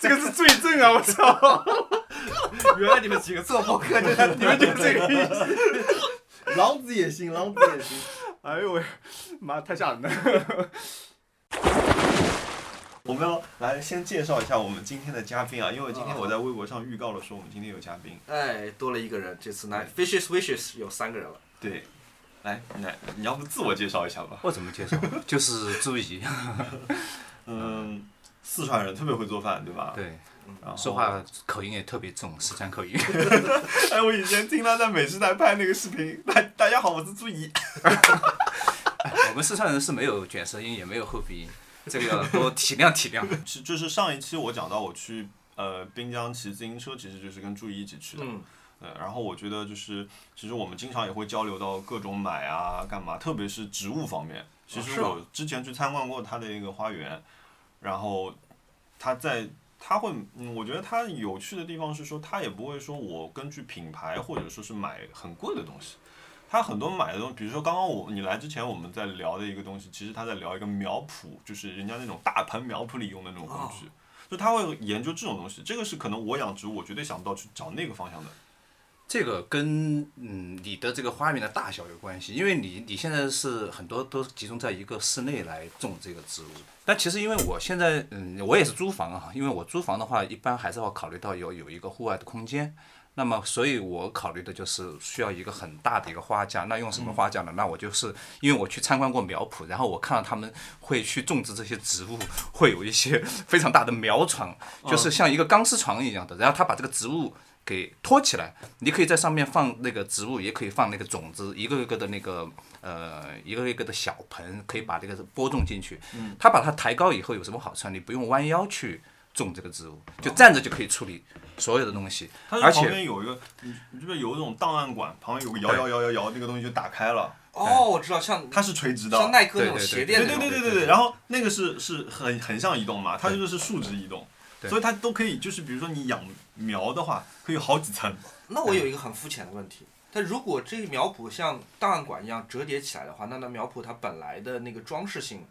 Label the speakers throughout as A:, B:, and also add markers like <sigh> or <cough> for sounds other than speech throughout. A: 这个是罪证啊！我 <laughs> 操，
B: 原来你们几个做播客真的，
A: 你们就这个意思，
B: <laughs>
C: 狼子也行，狼子也行。
A: 哎呦喂，妈太吓人了！
B: 我们要来先介绍一下我们今天的嘉宾啊，因为今天我在微博上预告了说我们今天有嘉宾。
C: 哎，多了一个人，这次来 Fishes Wishes 有三个人了。
B: 对，来，你来，你要不自我介绍一下吧？
D: 我怎么介绍？就是朱怡，
B: 嗯，四川人特别会做饭，对吧？。
D: 对，
B: 然后
D: 说话口音也特别重，四川
A: <laughs>
D: 口音。
B: 哎，我以前听他在美食台拍那个视频， <laughs> 大大家好，我是朱 <laughs> 怡。
D: 我们四川人是没有卷舌音，也没有后鼻音，这个要多体谅体谅。
B: 是，就是上一期我讲到我去呃滨江骑自行车，其实就是跟朱怡一起去的。
C: 嗯
B: 呃，然后我觉得就是，其实我们经常也会交流到各种买啊、干嘛，特别是植物方面。其
C: 哦是
B: 实
C: 吗
B: 我之前去参观过他的一个花园，然后他在他会，嗯，我觉得他有趣的地方是说，他也不会说我根据品牌或者说是买很贵的东西。他很多买的东西，比如说刚刚我你来之前我们在聊的一个东西，其实他在聊一个苗圃，就是人家那种大盆苗圃里用的那种工
C: 哦
B: 具，就他会研究这种东西。这个是可能我养植物，我绝对想不到去找那个方向的。
D: 这个跟嗯你的这个花园的大小有关系，因为你你现在是很多都集中在一个室内来种这个植物，但其实因为我现在嗯我也是租房啊，因为我租房的话一般还是要考虑到有有一个户外的空间，那么所以我考虑的就是需要一个很大的一个花架，那用什么
B: 嗯
D: 花架呢？那我就是因为我去参观过苗圃，然后我看到他们会去种植这些植物，会有一些 <laughs> 非常大的苗床，
B: 嗯
D: 就是像一个钢丝床一样的，然后他把这个植物。给托起来，你可以在上面放那个植物，也可以放那个种子，一个一个的那个呃，一个一个的小盆，可以把这个播种进去。嗯，它把它抬高以后有什么好处啊？你不用弯腰去种这个植物，就站着就可以处理所有的东西。
B: 它
D: 而且
B: 是旁边有一个，你你这边有一种档案馆，旁边有个摇摇摇摇摇，那个东西就打开了，
C: 哦，我知道，像
B: 它是垂直的。
C: 像耐克那种
D: 对对对
C: 鞋
B: 对
C: 垫
B: 对
C: 那种。
B: 对对对对。然后那个是是很很像移动嘛，它就是竖直移动，
D: 对
B: 所以它都可以，就是比如说你养苗的话，可以好几层。
C: 那我有一个很肤浅的问题，但如果这个苗圃像档案馆一样折叠起来的话，那那苗圃它本来的那个装饰性，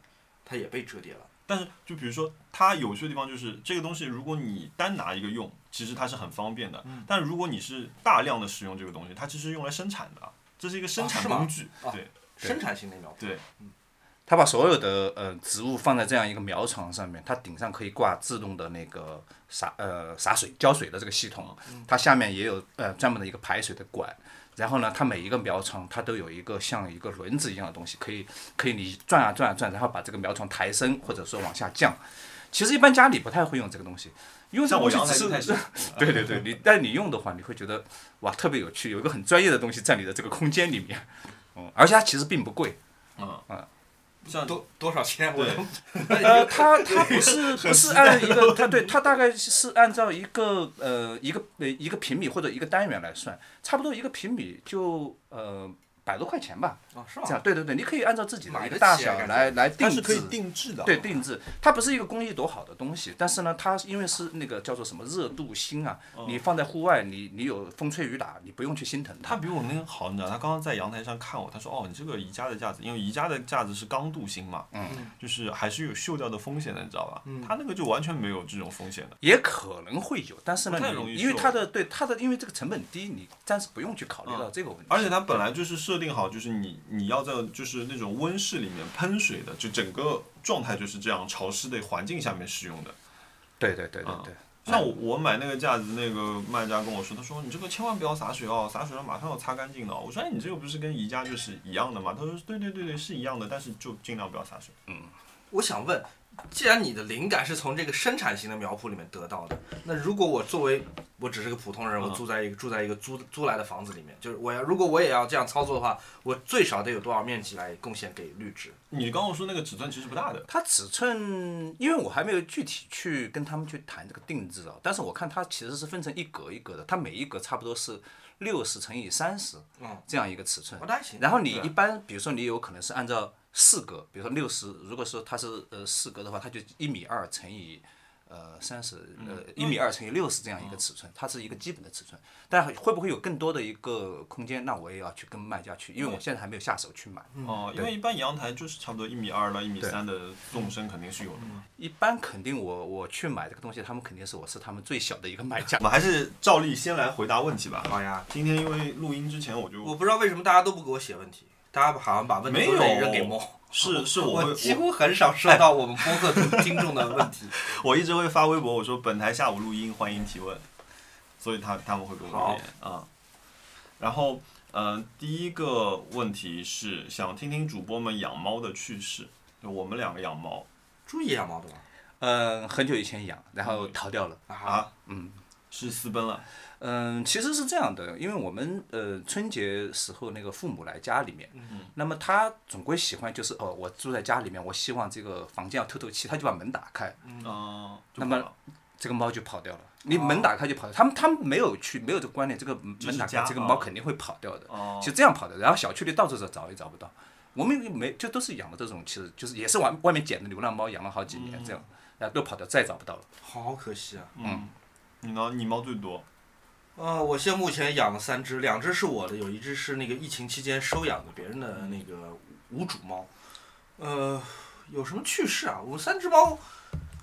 C: 它也被折叠了。
B: 但是就比如说它有趣的地方就是这个东西，如果你单拿一个用，其实它是很方便的。
D: 嗯
B: 但如果你是大量的使用这个东西，它其实是用来生产的，啊这是一个生
C: 哦
B: 产
C: 是吗
B: 工具。
C: 哦
B: 对
C: 生产性的苗圃，
B: 对，
D: 他把所有的呃植物放在这样一个苗床上面，它顶上可以挂自动的那个洒呃洒水浇水的这个系统，
B: 嗯
D: 它下面也有呃专门的一个排水的管。然后呢，它每一个苗床它都有一个像一个轮子一样的东西，可以可以你转啊转啊转，然后把这个苗床抬升或者说往下降。其实一般家里不太会用这个东西，用这
B: 像
D: 个
B: 我
D: 东西
B: 阳台
D: 只
B: 就是开始
D: <laughs> 对对对，你但你用的话，你会觉得哇特别有趣，有一个很专业的东西在你的这个空间里面，嗯，而且它其实并不贵，
B: 像
C: 多多少钱？我
B: 对
C: 都
D: 呃，它它不 <laughs> 是不是按一个，它对它大概是按照一个呃一个呃一个平米或者一个单元来算，差不多一个平米就呃百多块钱吧，
C: 啊，是
D: 这
C: 吗？
D: 样对对对，你可以按照自己的
C: 买
D: 一
C: 得
D: 个大
C: 起啊
D: 小
C: 感觉
D: 来来定
B: 它
D: 制，
B: 是可以定制的。啊
D: 对定制，它不是一个工艺多好的东西，但是呢，它因为是那个叫做什么热镀锌啊，你放在户外，你你有风吹雨打，你不用去心疼
B: 他
D: 它。
B: 比我那个好，你知道，他刚刚在阳台上看我，他说：“哦，你这个宜家的架子，因为宜家的架子是刚镀锌嘛，嗯，就是还是有锈掉的风险的，你知道吧？他那个就完全没有这种风险的。
D: 也可能会有，但是呢
B: 不太，容易
D: 你因为
B: 受
D: 它的对它的，因为这个成本低，你暂时不用去考虑到这个问题。
B: 而且它本来就是设定好，就是你你要在就是那种温室里面喷水的，就整个状态就是这样潮湿的环境下面使用的。
D: 对对
C: 啊
D: 对对对。
B: 像我我买那个架子，那个卖家跟我说，他说你这个千万不要洒水哦，洒水了马上要擦干净的哦。我说哎，你这个不是跟宜家就是一样的吗？他说对对对对，是一样的，但是就尽量不要洒水。
C: 我想问，既然你的灵感是从这个生产型的苗圃里面得到的，那如果我作为我只是个普通人，我
B: 嗯
C: 住在一个住在一个租租来的房子里面，就是我要如果我也要这样操作的话，我最少得有多少面积来贡献给绿植？
B: 你刚刚说那个尺寸其实不大的，
D: 它尺寸，因为我还没有具体去跟他们去谈这个定制啊，但是我看它其实是分成一格一格的，它每一格差不多是六十乘以三十
C: 嗯，
D: 这样一个尺寸
C: 哦，。那还行。
D: 然后你一般，比如说你有可能是按照四格，比如说六十，如果说它是呃四格的话，它就一米二乘以呃三十呃
C: 嗯
D: 一米二乘以六十这样一个尺寸，它是一个基本的尺寸。但会不会有更多的一个空间？那我也要去跟卖家去，因为我现在还没有下手去买。
C: 嗯
B: 哦、因为一般阳台就是差不多一米二到一米三的纵深肯定是有的嘛。
D: 一般肯定我我去买这个东西，他们肯定是我是他们最小的一个买家
B: <laughs> 我。们还是照例先来回答问题吧。
C: 好呀，
B: 今天因为录音之前我就
C: 我不知道为什么大家都不给我写问题，大家好像把问题都
B: 没有
C: 扔给猫。
B: 是是我会
C: 我几
B: 我
C: 乎很少收到我们播客的听众的问题。 <laughs>
B: 我一直会发微博，我说本台下午录音，欢迎提问，所以他他们会给我留言啊、然后嗯、呃第一个问题是想听听主播们养猫的趣事，就我们两个养猫
C: 注意养猫的吧？
D: 嗯，很久以前养，然后逃掉了。
C: 啊，
B: 啊，嗯，是私奔了，
D: 嗯，其实是这样的，因为我们呃春节时候那个父母来家里面，
B: 嗯
D: 那么他总归喜欢就是哦，我住在家里面，我希望这个房间要透透气，他就把门打开，
B: 嗯，哦呃、就
D: 那么
B: 跑了
D: 这个猫就跑掉了。你门打开就跑掉，他们他们没有去没有这个观念，这个
B: 这是
D: 门打
B: 家
D: 开，这个
B: 啊
D: 猫肯定会跑掉的，
B: 哦
D: 就这样跑的。然后小区里到处找找也找不到，我们也没就都是养的这种，其实就是也是外外面捡的流浪猫，养了好几年这样，然后都跑掉，再也找不到了。
C: 好可惜啊！
B: 嗯，你呢？你猫最多，
C: 呃，我现在目前养了三只，两只是我的，有一只是那个疫情期间收养的别人
B: 嗯
C: 的那个无主猫。呃，有什么趣事啊？我三只猫，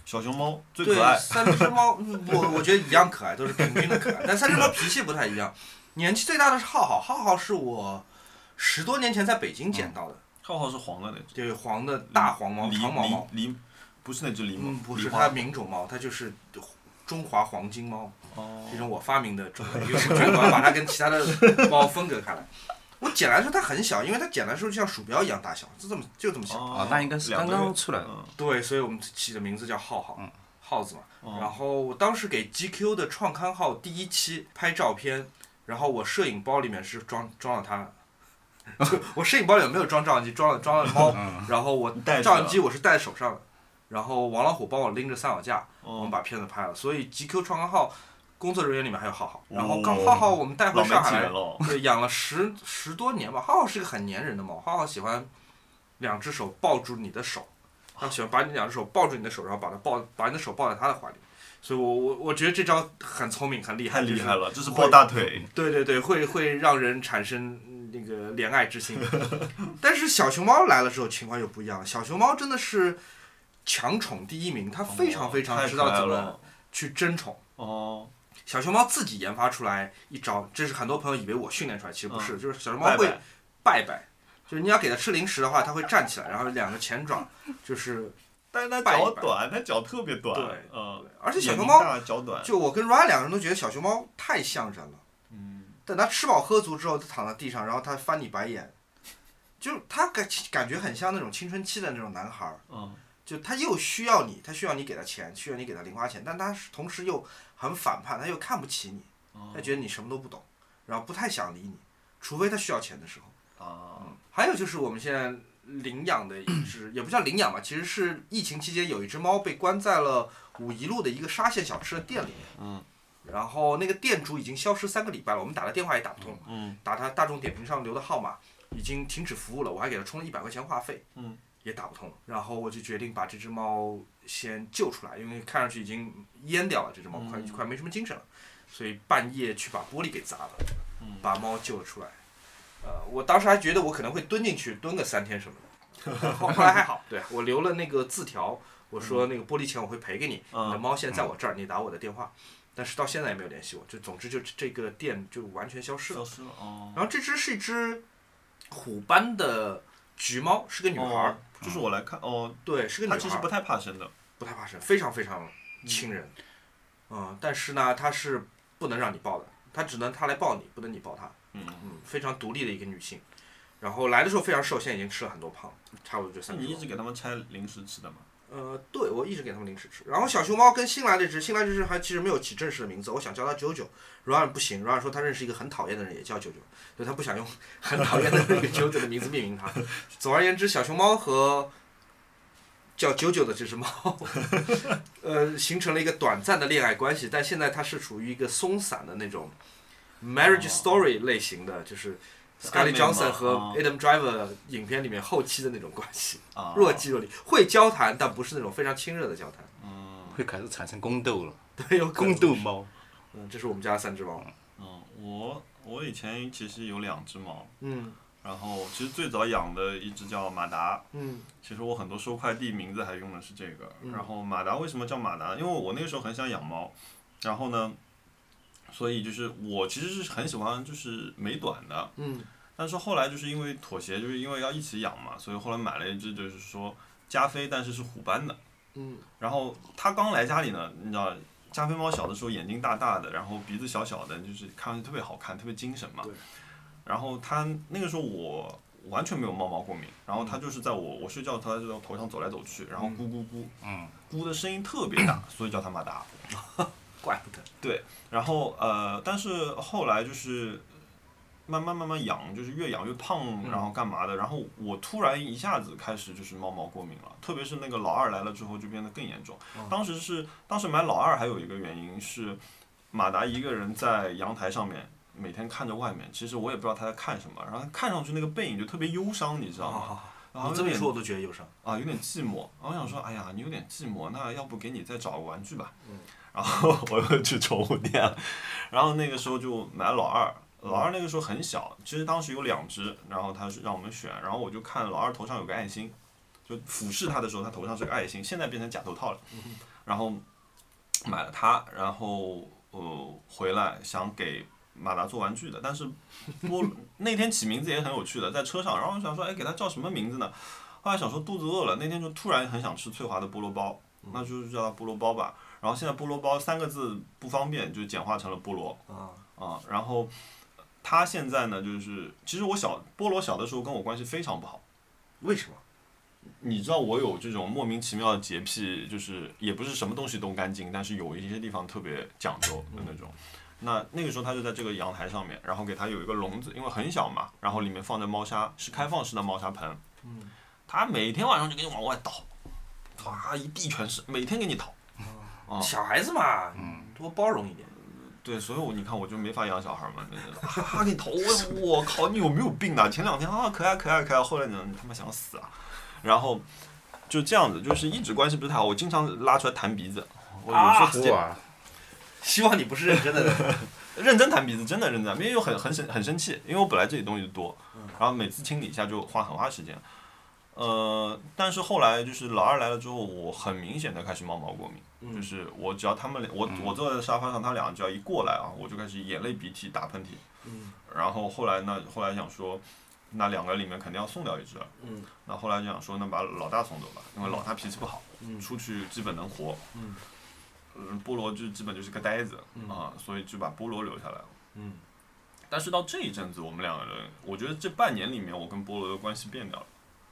B: 小熊猫最
C: 对
B: 可，爱，
C: 三只猫，嗯我我觉得一样可爱，都是平均的可爱，但三只猫脾气不太一样。年纪最大的是浩浩，浩浩是我十多年前在北京
B: 嗯
C: 捡到的，
B: 浩浩是黄的那只，
C: 就是黄的大黄猫、
B: 狸
C: 长毛猫
B: 狸。狸，不是那只狸猫，
C: 嗯，不是
B: 狸花
C: 它名种猫，它就是中华黄金猫。
B: 哦
C: 这种我发明的种类，因为我觉得我要把它跟其他的猫分隔开来。 <laughs> 我捡来的时候它很小，因为它捡来的时候就像鼠标一样大小，就这么就这么小。
B: 哦
D: 啊，那应该是
B: 两
D: 刚
B: 个月
D: 刚出来的。
B: 嗯
C: 对，所以我们起的名字叫浩浩，
D: 嗯
C: 耗子嘛。
B: 哦
C: 然后我当时给 GQ 的创刊号第一期拍照片，然后我摄影包里面是装装了它。就我摄影包里面没有装照相机，装了装了猫，然后我
B: 你带着
C: 照相机我是戴在手上的，然后王老虎帮我拎着三脚架，我们
B: 哦，
C: 把片子拍了。所以 GQ 创刊号工作人员里面还有浩浩，
B: 哦
C: 然后刚浩浩我们带
B: 老
C: 回
B: 媒
C: 上
B: 体
C: 海
B: 人
C: 来，
B: 了。
C: 对，养了十十多年吧。浩浩是个很粘人的猫，浩浩喜欢两只手抱住你的手，他喜欢把你两只手抱住你的手，然后把它抱把你的手抱在他的怀里。所以我我我觉得这招很聪明，很厉害，
B: 太厉害
C: 了。
B: 了，这是抱大腿。
C: 对对对，会会让人产生嗯那个怜爱之心。 <laughs> 但是小熊猫来了之后，情况又不一样了。小熊猫真的是强宠第一名，它非常非常知道怎么去争宠。
B: 哦，
C: 小熊猫自己研发出来一招，这是很多朋友以为我训练出来，其实不是，就是小熊猫
B: 拜
C: 会
B: 拜
C: 拜拜，就是你要给它吃零食的话，它会站起来，然后两个前爪就是，
B: 但是它
C: 拜一
B: 脚
C: 拜
B: 短，它脚特别短。
C: 对
B: 嗯，
C: 而且小
B: 眼睛
C: 熊猫，
B: 大脚短。
C: 就我跟 Ryan 两个人都觉得小熊猫太像人了。
B: 嗯，
C: 等它吃饱喝足之后，它躺在地上，然后它翻你白眼，就是它感感觉很像那种青春期的那种男孩儿，
B: 嗯，
C: 就他又需要你，他需要你给他钱，需要你给他零花钱，但他是同时又很反叛，他又看不起你，
B: 哦
C: 他觉得你什么都不懂，然后不太想理你，除非他需要钱的时候。
B: 啊，
C: 还有就是我们现在领养的一只，也不叫领养吧，其实是疫情期间有一只猫被关在了五一路的一个沙县小吃的店里面。
B: 嗯。
C: 然后那个店主已经消失三个礼拜了，我们打了电话也打不通，
B: 嗯，
C: 打他大众点评上留的号码已经停止服务了，我还给他充了一百块钱话费，
B: 嗯，
C: 也打不通。然后我就决定把这只猫先救出来，因为看上去已经淹掉了，这只猫快、
B: 嗯
C: 快没什么精神了，所以半夜去把玻璃给砸了，
B: 嗯
C: 把猫救了出来。呃，我当时还觉得我可能会蹲进去蹲个三天什么的， <laughs> 后后来还好，对我留了那个字条，我说那个玻璃钱我会赔给你，
B: 嗯
C: 你的猫现在在我这儿，你打我的电话。但是到现在也没有联系我，就总之就这这个店就完全消失了。
B: 消失了。哦，
C: 然后这只是一只虎斑的橘猫，是个女孩儿，
B: 哦，就是我来看哦，
C: 对，是个
B: 它
C: 女
B: 其
C: 孩
B: 实
C: 儿，
B: 不太怕生的。
C: 不太怕生，非常非常亲人。嗯、但是呢，它是不能让你抱的，它只能它来抱你，不能你抱它。
B: 嗯
C: 嗯，非常独立的一个女性。然后来的时候非常瘦，现在已经吃了很多胖，差不多就
B: 那
C: 三
B: 你
C: 斤
B: 一
C: 了。
B: 直给它们拆零食吃的吗？
C: 呃，对，我一直给它们零食吃。然后小熊猫跟新来这只，新来这只还其实没有起正式的名字，我想叫它九九。软软不行，软软说他认识一个很讨厌的人，也叫九九，对他不想用很讨厌的那个九九的名字命名它。总而言之，小熊猫和叫九九的这只猫， <laughs> 呃，形成了一个短暂的恋爱关系，但现在它是处于一个松散的那种 marriage
B: 哦
C: story 类型的，就是
B: 暧昧
C: Scarlett
B: 嘛
C: Johnson 和
B: 哦
C: Adam Driver 影片里面后期的那种关系。
B: 啊，
C: 若即若离，会交谈，但不是那种非常亲热的交谈。 <laughs>
B: 嗯，
D: 会开始产生宫斗了，
C: 对，有可能
D: 宫斗猫。
C: 嗯，这是我们家三只猫。
B: 嗯，我我以前其实有两只猫，
C: 嗯
B: 然后其实最早养的一只叫马达，
C: 嗯
B: 其实我很多收快递名字还用的是这个。
C: 嗯
B: 然后马达为什么叫马达？因为我那个时候很想养猫，然后呢，所以就是我其实是很喜欢就是美短的，
C: 嗯
B: 但是后来就是因为妥协，就是因为要一起养嘛，所以后来买了一只就是说加菲，但是是虎斑的。
C: 嗯。
B: 然后它刚来家里呢，你知道加菲猫小的时候眼睛大大的，然后鼻子小小的，就是看上去特别好看，特别精神嘛
A: 对。
B: 然后它那个时候我完全没有猫毛过敏，然后它就是在我我睡觉，它就在我头上走来走去，然后咕咕咕，
D: 嗯，
B: 咕的声音特别大，所以叫它马达。
C: 怪不得，
B: 然后呃，但是后来就是慢慢慢慢养，就是越养越胖，然后干嘛的？然后我突然一下子开始就是猫毛过敏了，特别是那个老二来了之后就变得更严重。当时是当时买老二还有一个原因是马达一个人在阳台上面。每天看着外面，其实我也不知道他在看什么，然后看上去那个背影就特别忧伤，你知道吗？然后
C: 你这么
B: 有点
C: 一说，我都觉得忧伤。
B: 啊，有点寂寞。然后我想说，哎呀，你有点寂寞，那要不给你再找个玩具吧。
C: 嗯
B: 然后我又去宠物店了，然后那个时候就买老二。老二那个时候很小，其实当时有两只，然后他是让我们选，然后我就看老二头上有个爱心，就俯视它的时候，它头上是个爱心，现在变成假头套了。然后买了它，然后呃回来想给马达做玩具的，但是波 <laughs> 那天起名字也很有趣的，在车上，然后我想说，哎，给它叫什么名字呢？后来想说肚子饿了，那天就突然很想吃翠华的菠萝包，那就是叫它菠萝包吧。然后现在菠萝包三个字不方便，就简化成了菠萝
C: 啊，
B: 啊、然后它现在呢，就是其实我小菠萝小的时候跟我关系非常不好。
C: 为什么？
B: 你知道我有这种莫名其妙的洁癖，就是也不是什么东西都干净，但是有一些地方特别讲究的那种。那那个时候他就在这个阳台上面，然后给它有一个笼子，因为很小嘛，然后里面放着猫砂，是开放式的猫砂盆。
C: 嗯，
B: 它每天晚上就给你往外倒，哇，一地全是，每天给你倒。啊
C: 小孩子嘛，多包容一点。
B: 对，所以我你看我就没法养小孩嘛，就是啊，你头，我我靠，你有没有病啊？前两天啊，可爱可爱可爱，后来呢，你他妈想死啊！然后就这样子，就是一直关系不是太好，我经常拉出来弹鼻子，
C: 啊
B: 我有时候直接、
D: 哇，
C: 希望你不是认真的。
B: 认真弹鼻子，真的认真，因为又很很生很生气，因为我本来这里东西就多，
C: 嗯
B: 然后每次清理一下就花很花时间。呃，但是后来就是老二来了之后，我很明显的开始猫毛过敏，
C: 嗯
B: 就是我只要他们俩，我我坐在沙发上，他俩只要一过来啊，我就开始眼泪鼻涕打喷嚏。
C: 嗯
B: 然后后来呢，后来想说，那两个里面肯定要送掉一只，啊
C: 嗯
B: 那后来就想说，那把老大送走吧，因为老大脾气不好，
C: 嗯
B: 出去基本能活。
C: 嗯
B: 嗯，菠萝就基本就是个呆子
C: 嗯
B: 啊、所以就把菠萝留下来了。
C: 嗯，
B: 但是到这一阵子，我们两个人，我觉得这半年里面，我跟菠萝的关系变掉了。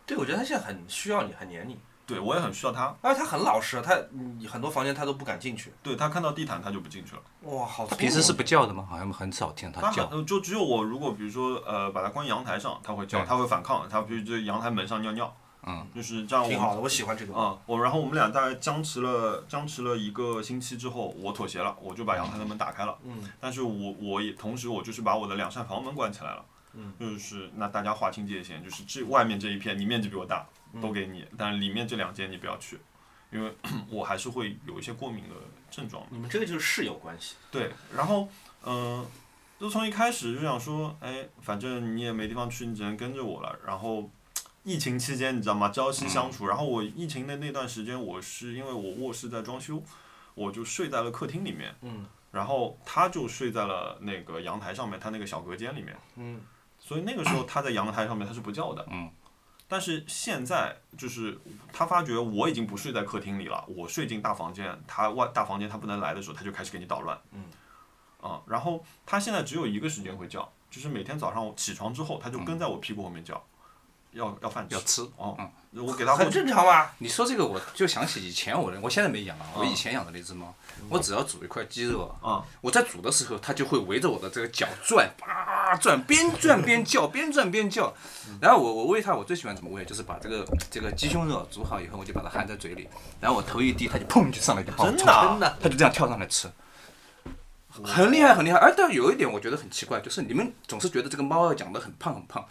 C: 对，我觉得他现在很需要你，很黏你，
B: 对我也很需要他，
C: 而且他很老实，他你很多房间他都不敢进去。
B: 对他看到地毯他就不进去了。
C: 哇，好聪明。
D: 平时是不叫的吗？好像很少听
B: 他
D: 它
B: 很
D: 叫。
B: 呃就只有我，如果比如说呃把它关阳台上，他会叫，
D: 对
B: 他会反抗，他比如就阳台门上尿尿，
D: 嗯，
B: 就是这样我们。
C: 啊挺好的，我喜欢这个。
B: 啊、我然后我们俩大概僵持了僵持了一个星期之后，我妥协了，我就把阳台的门打开了。
C: 嗯
B: 但是我我也同时我就是把我的两扇房门关起来了。
C: 嗯，
B: 就是那大家划清界限，就是这外面这一片，你面积比我大，
C: 嗯
B: 都给你，但里面这两间你不要去，因为 <clears throat> 我还是会有一些过敏的症状。
C: 你们这个就是室友关系。
B: 对，然后嗯、就从一开始就想说，哎，反正你也没地方去，你只能跟着我了。然后疫情期间，你知道吗？朝夕相处。然后我疫情的那段时间，我是因为我卧室在装修，我就睡在了客厅里面，
C: 嗯
B: 然后他就睡在了那个阳台上面，他那个小隔间里面。
C: 嗯
B: 所以那个时候他在阳台上面他是不叫的。
D: 嗯。
B: 但是现在就是他发觉我已经不睡在客厅里了，我睡进大房间，他外大房间他不能来的时候，他就开始给你捣乱。
C: 嗯。
B: 啊，然后他现在只有一个时间会叫，就是每天早上我起床之后，他就跟在我屁股后面叫，要要饭
D: 嗯
B: 吃
D: 要。吃
B: 哦
D: 嗯，
B: 我给他
C: 啊很
B: 喂
C: 正常嘛。
D: 你说这个，我就想起以前我的，我现在没养啊，我以前养的那只猫，我只要煮一块鸡肉，
B: 啊，
D: 我在煮的时候，它就会围着我的这个脚转，啊转，边转边叫，边转边叫。然后我我喂它，我最喜欢怎么喂，就是把这个这个鸡胸肉煮好以后，我就把它含在嘴里，然后我头一低，它就砰就上来就抱我
B: 真
D: 冲
B: 的啊
C: 哦真的。
D: 它就这样跳上来吃，很厉害很厉害。哎，但有一点我觉得很奇怪，就是你们总是觉得这个猫要养得很胖很胖。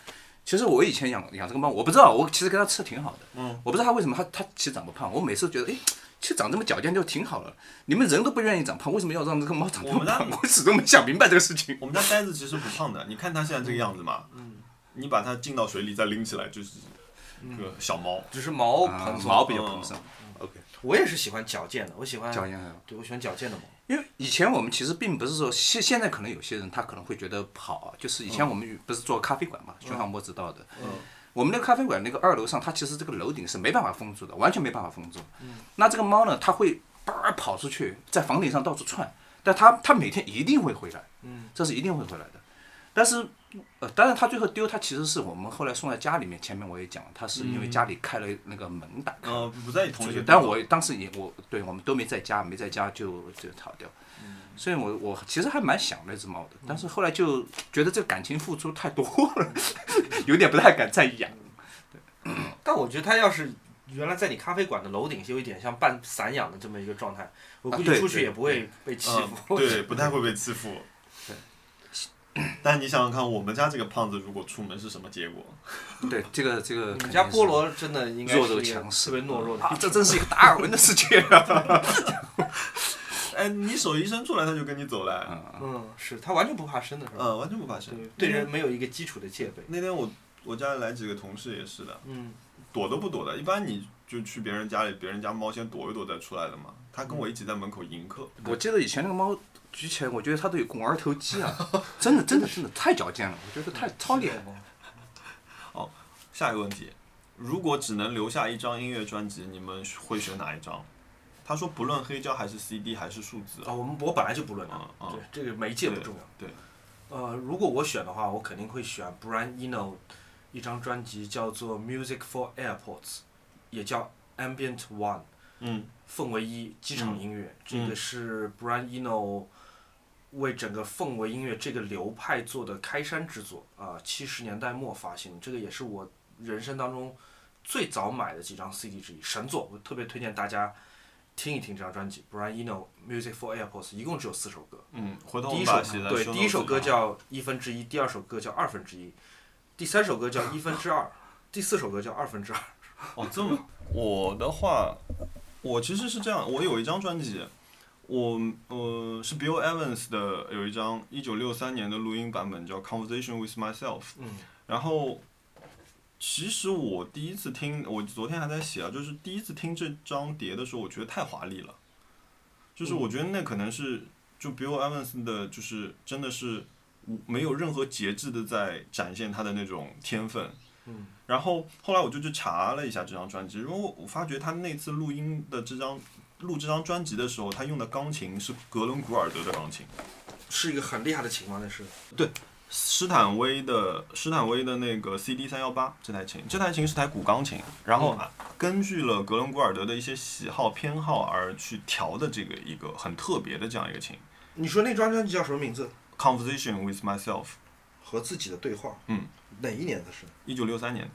D: 其实我以前养养这个猫，我不知道，我其实给它吃的挺好的。
B: 嗯，
D: 我不知道它为什么它它其实长不胖，我每次觉得哎，其实长这么矫健就挺好了。你们人都不愿意长胖，为什么要让这个猫长这
B: 我
D: 么
B: 们那
D: 胖？我始终没想明白这个事情。
B: 我们家呆子其实不胖的，你看它现在这个样子嘛，
C: 嗯
B: 你把它浸到水里再拎起来就是
C: 嗯
B: 个小猫。
C: 只是毛
D: 啊
C: 蓬松。
D: 毛比
B: 嗯
D: 较蓬松。OK，
C: 我也是喜欢矫健的，我喜欢
D: 矫健还有
C: 对我喜欢矫健的毛。
D: 因为以前我们其实并不是说现现在可能有些人他可能会觉得不好，啊就是以前我们不是做咖啡馆嘛，熊小莫知道的。我们那个咖啡馆那个二楼上，它其实这个楼顶是没办法封住的，完全没办法封住。那这个猫呢，它会叭跑出去，在房顶上到处窜，但它它每天一定会回来，这是一定会回来的。但是，呃，当然它最后丢，它其实是我们后来送在家里面。前面我也讲，它是因为家里开了那个门打
C: 嗯
D: 开，
B: 呃，不在同一个地方，呃
D: 但我当时也我对我们都没在家，没在家就就逃掉。所以我，我其实还蛮想那只猫的，但是后来就觉得这个感情付出太多了， <laughs> 有点不太敢再养。
C: 但我觉得它要是原来在你咖啡馆的楼顶，有一点像半散养的这么一个状态，我估
D: 啊
C: 计
D: 对
C: 出去
D: 对
C: 也不会被欺
B: 嗯
C: <laughs> 负。
B: 对，不太会被欺负。但你想想看，我们家这个胖子如果出门是什么结果？
D: 对，这个这个
C: 你
D: 肯
C: 们家
D: 定是
C: 菠萝真的应该是
D: 弱肉
C: 一个
D: 强食
C: 特别懦弱的。
D: 啊，这真是一个达尔文的世界啊！
B: 哎，你手一伸出来，他就跟你走了，
C: 嗯，是它完全不怕生的是吧？
B: 嗯，完全不怕生
C: 对。对人没有一个基础的戒备。
B: 那天我我家里来几个同事也是的，
C: 嗯，
B: 躲都不躲的，一般你就去别人家里，别人家猫先躲一躲再出来的嘛。他跟我一起在门口迎客，
D: <laughs> 我记得以前那个猫举起来，我觉得它都有肱二头肌 <laughs> 啊，真的真的真的太矫健了，我觉得太哎超厉害了。
B: 下一个问题，如果只能留下一张音乐专辑，你们会选哪一张？他说不论黑胶还是 CD 还是数字
C: 啊，，我们我本来就不论了
B: 嗯，嗯
C: 对这个媒介不重要。
B: 对，
C: 呃，如果我选的话，我肯定会选 Brian Eno 一张专辑叫做《Music for Airports》，也叫 Ambient One，
B: 嗯，
C: 氛围一机场音乐，这
B: 嗯
C: 个是 Brian Eno 为整个氛围音乐这个流派做的开山之作啊，七、0十年代末发行，这个也是我人生当中最早买的几张 CD 之一，神作，我特别推荐大家听一听这张专辑 Brian Eno Music for Airports，一共只有四首歌。
B: 嗯，回头我
C: 第
B: 们
C: 一首
B: 把写在
C: 对，
B: show
C: 第一首
B: notes
C: 歌
B: 上
C: 叫一分之一，第二首歌叫二分之一，第三首歌叫一分之二，第四首歌叫二分之二。
B: 哦，这么我的话，我其实是这样，我有一张专辑，我呃是 Bill Evans 的有一张一九六三年的录音版本叫《Conversation with Myself》，
C: 嗯，
B: 然后其实我第一次听，我昨天还在写啊，就是第一次听这张碟的时候，我觉得太华丽了，就是我觉得那可能是就 Bill Evans 的，就是真的是无没有任何节制的在展现他的那种天分。
C: 嗯，
B: 然后后来我就去查了一下这张专辑，因为我我发觉他那次录音的这张录这张专辑的时候，他用的钢琴是格伦古尔德的钢琴。
C: 是一个很厉害的琴吗？那是
B: 施坦威的施坦威的那个 CD 三幺八这台琴，这台琴是台古钢琴，然后啊根据了格伦古尔德的一些喜好偏好而去调的这个一个很特别的这样一个琴。
C: 你说那张专辑叫什么名字？
B: Conversation with myself，
C: 和自己的对话。
B: 嗯，
C: 哪一年的是？
B: 一九六三年。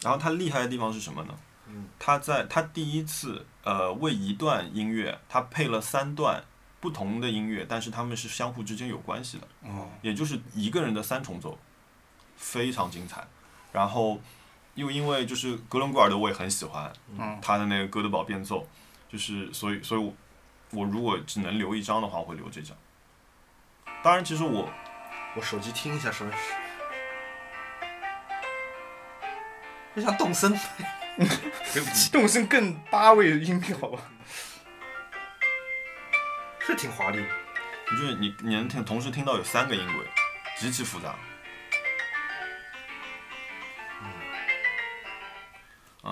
B: 然后他厉害的地方是什么呢？
D: 嗯
B: 他在他第一次呃为一段音乐，他配了三段不同的音乐，但是他们是相互之间有关系的，
D: 哦
B: 也就是一个人的三重奏，非常精彩。然后又因为就是格伦古尔德我也很喜欢，
D: 嗯
B: 他的那个哥德堡变奏，就是所以所以我我如果只能留一张的话，我会留这张。当然，其实我
C: 我手机听一下什么？就像动森，
D: 对不起，动声更八位音调吧。
C: 是挺华丽的。
B: 就是你你能听同时听到有三个音轨，极其复杂。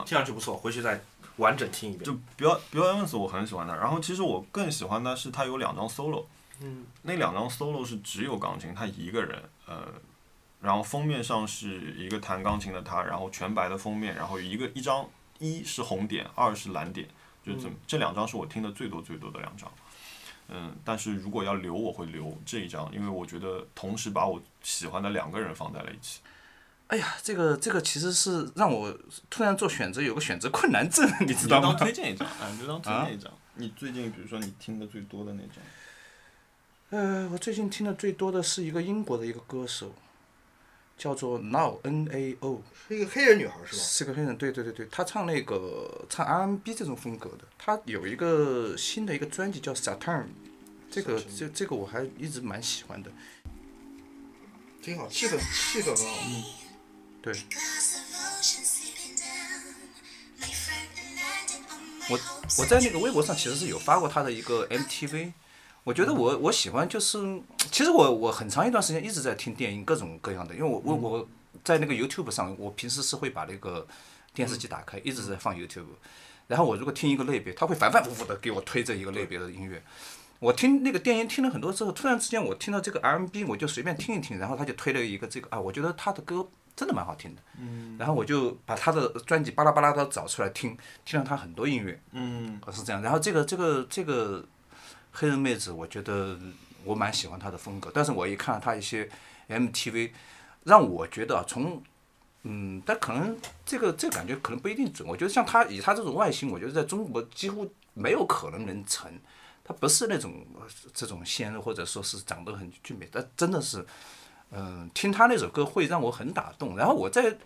C: 听上去不错，回去再完整听一遍。
B: 就表表演 s 我很喜欢他，然后其实我更喜欢他是他有两张 solo，
C: 嗯，
B: 那两张 solo 是只有钢琴，他一个人，呃，然后封面上是一个弹钢琴的他，然后全白的封面，然后一个一张一是红点，二是蓝点，就这、这两张是我听的最多最多的两张。嗯，但是如果要留，我会留这一张，因为我觉得同时把我喜欢的两个人放在了一起。
D: 哎呀，这个这个其实是让我突然做选择有个选择困难症， <laughs> 你知
B: 你
D: 道
B: 就
D: 吗
B: 当？推荐一张， <laughs> 啊，你就当推荐一张。你最近比如说你听的最多的那张，
D: 呃，我最近听的最多的是一个英国的一个歌手，叫做 Now N A O，
C: 是一个黑人女孩是吧？
D: 是个黑人，对对对对，他唱那个唱 R&B 这种风格的，他有一个新的一个专辑叫 Saturn，这个这这个我还一直蛮喜欢的，
C: 挺好，气氛气氛很好。
D: 对
E: Because of ocean sleeping down, my friend and I did all my
D: 我
E: hopes
D: 我在那个微博上其实是有发过他的一个 MTV，我觉得我我喜欢就是，其实我我很长一段时间一直在听电音各种各样的，因为我我我在那个 YouTube 上，我平时是会把那个电视机打开，一直在放 YouTube，然后我如果听一个类别，它会反反复复的给我推这一个类别的音乐。我听那个电音听了很多之后，突然之间我听到这个 R&B，我就随便听一听，然后他就推了一个这个啊，我觉得他的歌真的蛮好听的，嗯，然后我就把他的专辑巴拉巴拉的找出来听，听了他很多音乐，
B: 嗯，
D: 呃是这样。然后这个这个这个黑人妹子，我觉得我蛮喜欢她的风格，但是我也看了她一些 MTV，让我觉得啊，从嗯，但可能这个这个感觉可能不一定准。我觉得像她以她这种外形，我觉得在中国几乎没有可能能成。她不是那种呃这种鲜肉，或者说是长得很俊美，但真的是。嗯，听她那首歌会让我很打动，然后我在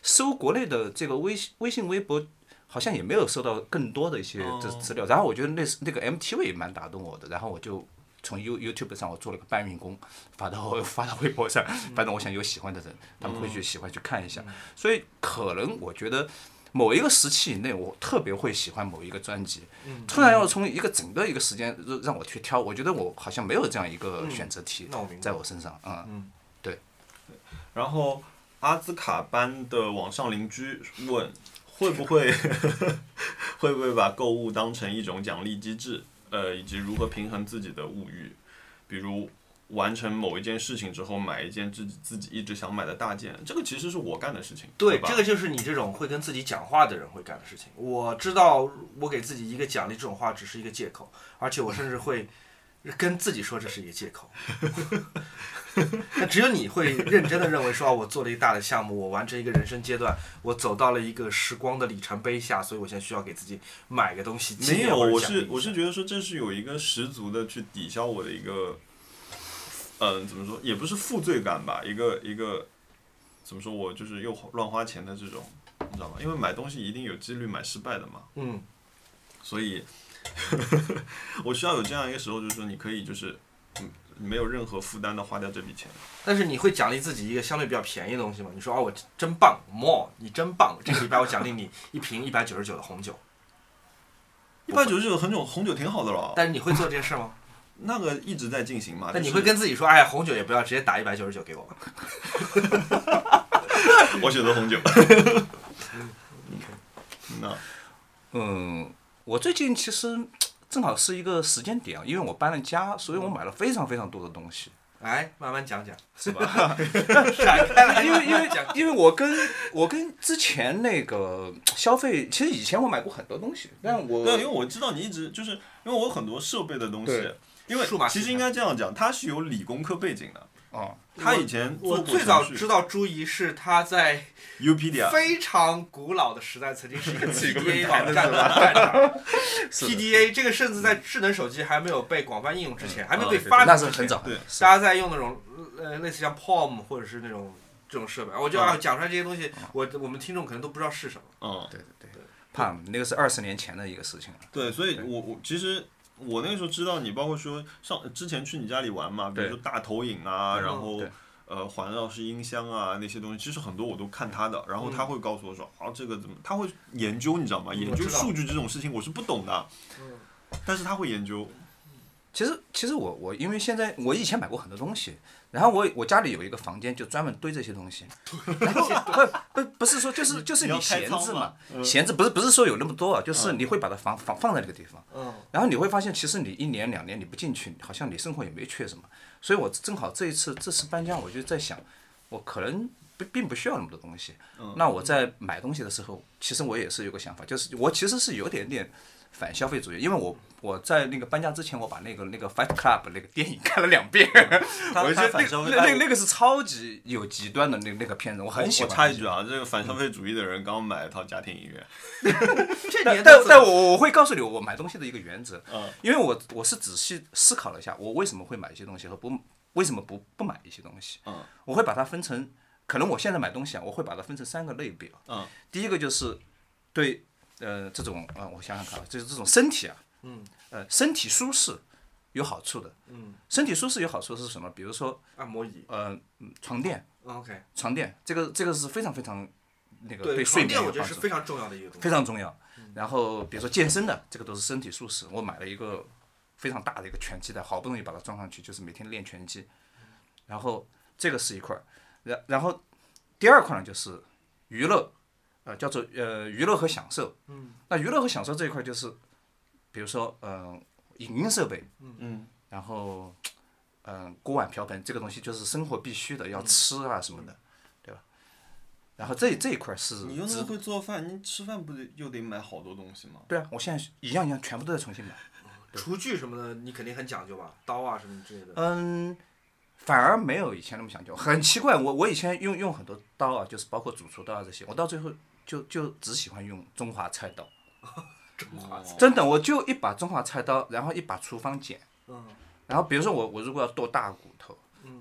D: 搜国内的这个微信、微信、微博好像也没有收到更多的一些
C: 哦
D: 资资料。然后我觉得那是那个 MTV 也蛮打动我的，然后我就从 You YouTube 上我做了个搬运工，发到我发到微博上，反正我想有喜欢的人，他们会去喜欢去看一
C: 嗯
D: 下。所以可能我觉得。某一个时期以内，我特别会喜欢某一个专辑。
C: 嗯
D: 突然要从一个整个一个时间让让我去挑，我觉得我好像没有这样一个选择题
C: 嗯那我明白
D: 在我身上。嗯，
B: 然后阿兹卡班的网上邻居问，会不会 <laughs> 会不会把购物当成一种奖励机制？呃，以及如何平衡自己的物欲，比如完成某一件事情之后，买一件自己自己一直想买的大件，这个其实是我干的事情，
C: 对，
B: 吧？
C: 这个就是你这种会跟自己讲话的人会干的事情。我知道，我给自己一个奖励，这种话只是一个借口，而且我甚至会跟自己说这是一个借口。那只有你会认真的认为说，啊我做了一个大的项目，我完成一个人生阶段，我走到了一个时光的里程碑下，所以我现在需要给自己买个东西纪
B: 没
C: 念
B: 有，
C: 或者
B: 我
C: 奖励
B: 是
C: 一
B: 我
C: 下
B: 是觉得说这是有一个十足的去抵消我的一个，嗯、怎么说也不是负罪感吧，一个一个怎么说我就是又花乱花钱的这种，你知道吗？因为买东西一定有几率买失败的嘛，
C: 嗯，
B: 所以 <laughs> 我需要有这样一个时候，就是说你可以就是嗯没有任何负担的花掉这笔钱，
C: 但是你会奖励自己一个相对比较便宜的东西吗？你说啊，我真棒，more，你真棒，这个礼拜我奖励你一瓶一百九十九的红酒，
B: 一百九十九红酒红酒挺好的了，
C: 但是你会做这件事吗？
B: 那个一直在进行嘛，
C: 但你
B: 就
C: 会
B: 是
C: 跟自己说，哎，红酒也不要，直接打一百九十九给我吧。
B: 我选择红
C: <laughs>
B: 酒， <laughs> 嗯那
D: 嗯，我最近其实正好是一个时间点，啊因为我搬了家，所以我买了非常非常多的东西。
C: 哎，慢慢讲讲，
B: 是吧？
D: <laughs>
C: 展开来，
D: 因为因为
C: 慢慢讲
D: 因为我跟我跟之前那个消费，其实以前我买过很多东西，但我
B: 对，因为我知道你一直就是因为我有很多设备的东西
D: 呃对，
B: 因为
C: 数码
B: 其实应该这样讲，他是有理工科背景的，
D: 啊、
B: 他以前
C: 我
B: 做过
C: 最早
B: 程序
C: 知道朱怡是她在
B: UPD 啊，
C: 非常古老的时代曾经
B: <laughs>
C: 是一个
D: 是一个
C: PDA
D: 论坛
C: 网站的站长。
D: 的
C: PDA 这个甚至在智能手机还没有被广泛应用之前，还没有被
B: 嗯
C: 发明
D: 那
C: 之
D: 是
C: 前
D: 很早，
B: 对
C: 大家在用那种呃类似像 Palm 或者是那种这种设备，我就要
B: 嗯
C: 讲出来这些东西，我我们听众可能都不知道是什么。
B: 嗯，
D: 对对对，怕那个是二十年前的一个事情了。
B: 对，所以我我其实。我那个时候知道你，包括说上之前去你家里玩嘛，比
D: 对
B: 如说大投影啊，
C: 嗯
B: 然后
D: 对
B: 呃环绕式音箱啊那些东西，其实很多我都看他的，然后他会告诉我说、啊这个怎么，他会研究你知道吗？
C: 嗯
B: 研
C: 我知
B: 究
C: 道嗯
B: 数据这种事情我是不懂的，但是他会研究，
D: 其实其实我我因为现在我以前买过很多东西，然后我我家里有一个房间就专门堆这些东西，
B: <laughs>
D: 然后不不不是说就是就是
B: 你要
D: 你
B: 开
D: 闲
B: 仓
D: 置
B: 嘛嗯
D: 嘛，闲置不是不是说有那么多啊，就是你会把它放放放在那个地方，
C: 嗯，
D: 然后你会发现其实你一年两年你不进去，好像你生活也没缺什么，所以我正好这一次这次搬家我就在想，我可能不并不需要那么多东西，
B: 嗯
D: 那我在买东西的时候，其实我也是有个想法，就是我其实是有点点。反消费主义，因为我我在那个搬家之前，我把那个那个 Fight Club 那个电影看了两遍， <laughs> 我觉
B: 他
D: 得
B: 嗯反消费
D: 那那那那个是超级有极端的那那个片子，我很喜
B: 我
D: 欢。嗯
B: 插一句啊，这个反消费主义的人刚买了套家庭影院，
D: <laughs>
C: 这
D: 但
C: 年代
D: 但
C: 怎么
D: 但我我会告诉你我买东西的一个原则，
B: 嗯
D: 因为我我是仔细思考了一下，我为什么会买一些东西和不为什么不不买一些东西，
B: 嗯
D: 我会把它分成可能我现在买东西啊，我会把它分成三个类别。
B: 嗯，
D: 第一个就是对呃这种啊、呃我想想看啊，就是这种身体啊，
C: 嗯
D: 呃身体舒适有好处的。
C: 嗯，
D: 身体舒适有好处是什么？比如说
C: 按摩椅
D: 呃嗯床垫，
C: ，OK，
D: 床垫这个这个是非常非常那个
B: 呃
D: 睡
C: 对，床
D: 眠
C: 垫
D: 有
C: 我觉得
D: 帮
C: 是
D: 助。
C: 非常重要的一个东西
D: 非。常重要。然后比如说健身的，这个都是身体素食。我买了一个非常大的一个拳击的，好不容易把它装上去，就是每天练拳击。然后这个是一块儿，然然后第二块呢就是娱乐，呃，叫做呃娱乐和享受。嗯。那娱乐和享受这一块就是，比如说呃影音设备，
B: 嗯，
D: 然后嗯、呃锅碗瓢盆这个东西就是生活必须的，要
B: 嗯
D: 吃啊什么的，对吧？然后这这一块儿是
B: 你又那
D: 值
B: 么会做饭，你吃饭不得又得买好多东西吗？
D: 对啊，我现在一样一样全部都在重新买。
C: 厨具什么的，你肯定很讲究吧？刀啊什么之类的。
D: 嗯，反而没有以前那么讲究，很奇怪。我我以前用用很多刀啊，就是包括主厨刀啊这些，我到最后就就只喜欢用中华菜刀。真的，我就一把中华菜刀，然后一把厨房剪。
C: 嗯
D: 然后比如说我我如果要剁大骨头，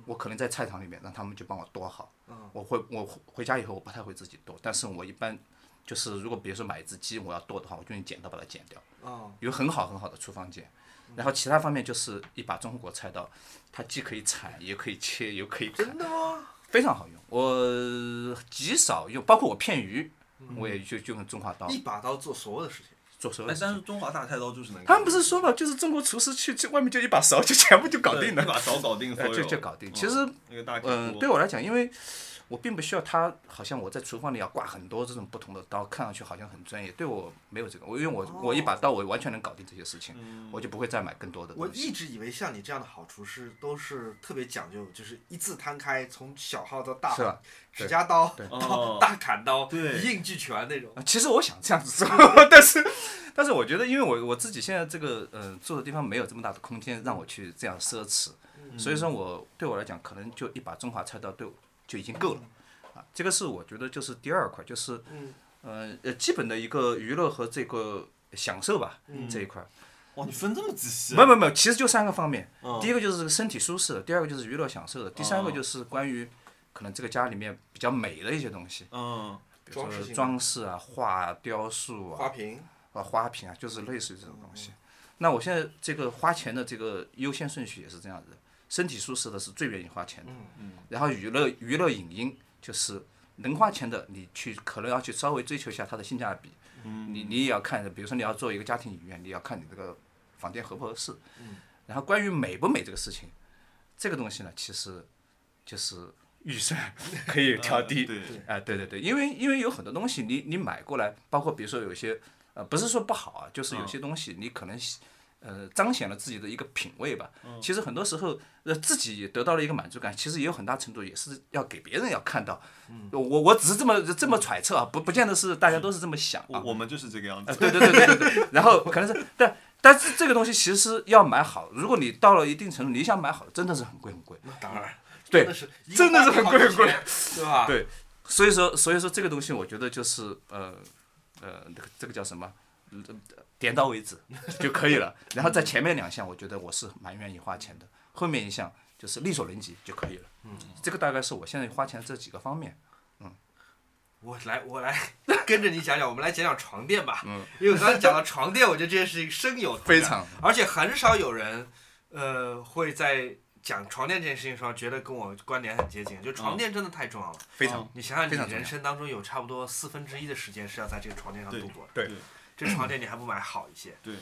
D: 我可能在菜场里面让他们就帮我剁好。
C: 嗯
D: 我会我回回家以后我不太会自己剁，但是我一般就是如果比如说买一只鸡，我要剁的话，我就用剪刀把它剪掉。
C: 哦，
D: 有很好很好的厨房间，然后其他方面就是一把中国菜刀，它既可以铲，也可以切，也可以砍
C: 真，的吗？
D: 非常好用。我极少用，包括我片鱼，我也就就用中华刀
C: 一把刀做所有的事情。
D: 做所有
B: 嗯哎
D: 的，事
B: 但
D: 情。
B: 是中华大菜刀就是能。
D: 他们不是说嘛，就是中国厨师去去外面就一把勺就全部就搞定 <laughs>
B: 对一
D: 了，
B: 把勺搞定所
D: 呃
B: 有，
D: 就就搞定。其实
B: 嗯那个大铁
D: 嗯，
B: 锅
D: 对我来讲，因为我并不需要它，好像我在厨房里要挂很多这种不同的刀，看上去好像很专业。对我没有这个，我因为我
B: 哦
D: 我一把刀，我完全能搞定这些事情，
B: 嗯
D: 我就不会再买更多的
C: 我
D: 东西。
C: 一直以为像你这样的好厨师都是特别讲究，就是一字摊开，从小号到大
D: 是吧
C: 号，指甲刀
B: 哦
C: 到大砍刀，
B: 对
C: 一应俱全那种。
D: 啊其实我想这样子做，<laughs>
C: 嗯
D: 但是但是我觉得，因为我我自己现在这个呃住的地方没有这么大的空间让我去这样奢侈，
C: 嗯
D: 所以说我对我来讲，可能就一把中华菜刀对我就已经够了啊。这个是我觉得就是第二块，就是
C: 嗯
D: 呃呃基本的一个娱乐和这个享受吧
C: 嗯
D: 这一块。
B: 哇，你分这么仔细啊，
D: 没有没有没有，其实就三个方面，
B: 嗯
D: 第一个就是身体舒适的，第二个就是娱乐享受的，第三个
B: 哦
C: 嗯
D: 就是关于可能这个家里面比较美的一些东西，
B: 嗯，
D: 比如
C: 装饰
D: 说
C: 性的
D: 装饰啊、画、雕塑啊、
C: 花瓶，
D: 啊花瓶啊，就是类似于这种东西。那我现在这个花钱的这个优先顺序也是这样子的，身体舒适的是最愿意花钱的，然后娱乐娱乐影音就是能花钱的，你去可能要去稍微追求一下它的性价比，你你也要看，比如说你要做一个家庭影院，你要看你这个房间合不合适，然后关于美不美这个事情，这个东西呢，其实就是预算 <laughs> 可以调低，
B: 嗯对
D: 啊，对对对，因为因为有很多东西你你买过来，包括比如说有些呃不是说不好啊，就是
B: 嗯
D: 有些东西你可能喜呃彰显了自己的一个品味吧。
B: 嗯
D: 其实很多时候呃自己也得到了一个满足感，其实也有很大程度也是要给别人要看到。
B: 嗯
D: 我我只是这么这么揣测啊，不不见得是大家都是这么想
B: 我
D: 啊。
B: 我们就是这个样
D: 啊，
B: 子，
D: 对对对对对对，然后可能是但但是这个东西其实要买好，如果你到了一定程度，你想买好，真的是很贵很贵。
C: 那当然，
D: 对
C: 真的是一个
D: 真的是很
C: 花瓶
D: 贵很贵
C: 好几千，对吧？
D: 对所以说，所以说这个东西，我觉得就是呃呃，那个这个叫什么？呃点到为止就可以了。 <laughs> 然后在前面两项，我觉得我是蛮愿意花钱的，后面一项就是力所能及就可以了。嗯，这个大概是我现在花钱这几个方面。
C: 我来，我来跟着你讲讲，我们来讲讲床垫吧。嗯，因为我刚才讲到床垫，我觉得这件事情深有同感
D: 非常，
C: 而且很少有人，呃，会在讲床垫这件事情上觉得跟我观点很接近。就
B: 嗯
C: 床垫真的太重要了。
D: 非常
C: 你想想，
D: 非常
C: 你
D: 重要
C: 人生当中有差不多四分之一的时间是要在这个床垫上
B: 对
C: 度过的。
D: 对
B: 对嗯
C: 这床垫你还不买
B: <clears throat>
C: 好一些？
B: 对，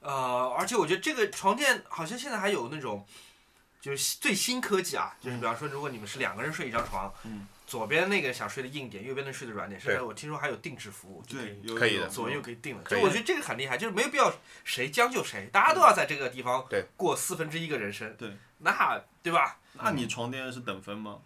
C: 呃，而且我觉得这个床垫好像现在还有那种，就是最新科技啊，就是比方说，如果你们是两个人睡一张床，
B: 嗯
C: 左边那个想睡的硬点，右边的睡的软点，
D: 对
C: 甚至我听说还有定制服务，就可
B: 对
C: 以，
B: 有
D: 可以的嗯
B: 有
C: 左右给定了。
D: 可
B: 啊
C: 就
D: 以
C: 我觉得这个很厉害，就是没有必要谁将就谁，大家都要在这个地方
D: 对
C: 过四分之一个人生，
B: 对，
C: 那对吧？
D: 嗯
B: 那你床垫是等分吗？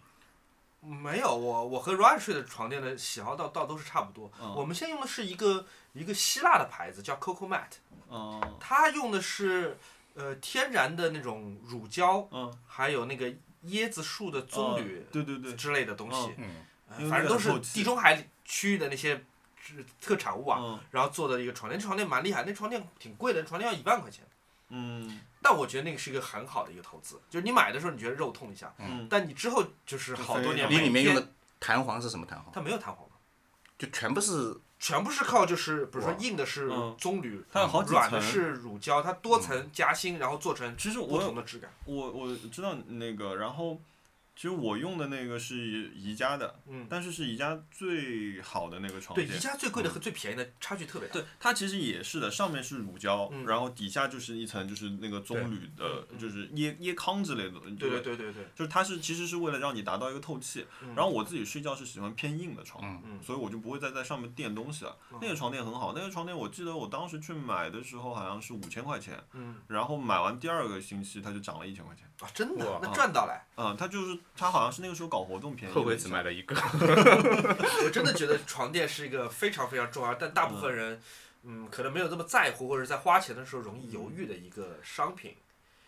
C: 没有，我我和 Ryan 睡的床垫的喜好倒倒都是差不多。
B: 嗯
C: 我们现在用的是一个一个希腊的牌子，叫 Coco Mat，
B: 嗯
C: 它用的是呃天然的那种乳胶，
B: 嗯，
C: 还有那个椰子树的棕榈
B: 嗯对对对，哦
C: 之类的东西，
D: 嗯，
C: 呃
B: 因为那个
C: 反正都
B: 很
C: 是
B: 后期
C: 地中海区域的那些呃特产物啊，
B: 嗯
C: 然后做的一个床垫。这床垫蛮厉害，那床垫挺贵的，那床垫要一万块钱。
B: 嗯
C: 但我觉得那个是一个很好的一个投资，就是你买的时候你觉得肉痛一下，
B: 嗯，
C: 但你之后就是好多年
B: 就
D: 你
B: 非
C: 每
D: 里面用
C: 天
D: 的弹簧是什么弹簧？
C: 它没有弹簧嘛，
D: 就全部是
C: 全部是靠就是比如说
D: 哇
C: 硬的是
B: 嗯
C: 棕榈，
B: 它有好几
C: 软的
B: 层
C: 是乳胶，它多层夹心，然后做成
B: 其实
C: 不
B: 我有
C: 同的质感。
B: 我我知道那个，然后其实我用的那个是宜家的，
C: 嗯，
B: 但是是宜家最好的那个床
C: 对，
B: 垫。
C: 宜家最贵的和最便宜的差距特别大。
B: 对，它其实也是的，上面是乳胶，
C: 嗯
B: 然后底下就是一层就是那个棕
D: 对
B: 榈的
C: 嗯，
B: 就是椰椰糠之类的。
C: 对对，对对对，
B: 就是它是其实是为了让你达到一个透气。
C: 嗯
B: 然后我自己睡觉是喜欢偏硬的床，
D: 嗯
C: 嗯
B: 所以我就不会再在上面垫东西了。
C: 嗯
B: 那个床垫很好，那个床垫我记得我当时去买的时候好像是五千块钱，
C: 嗯
B: 然后买完第二个星期它就涨了一千块钱。
C: 啊，真的
D: 哇
C: 那赚到了。
B: 嗯，它就是它好像是那个时候搞活动便宜了一下，
D: 后悔只买了一个。
C: 我真的觉得床垫是一个非常非常重要，但大部分人，嗯，可能没有这么在乎，或者在花钱的时候容易犹豫的一个商品，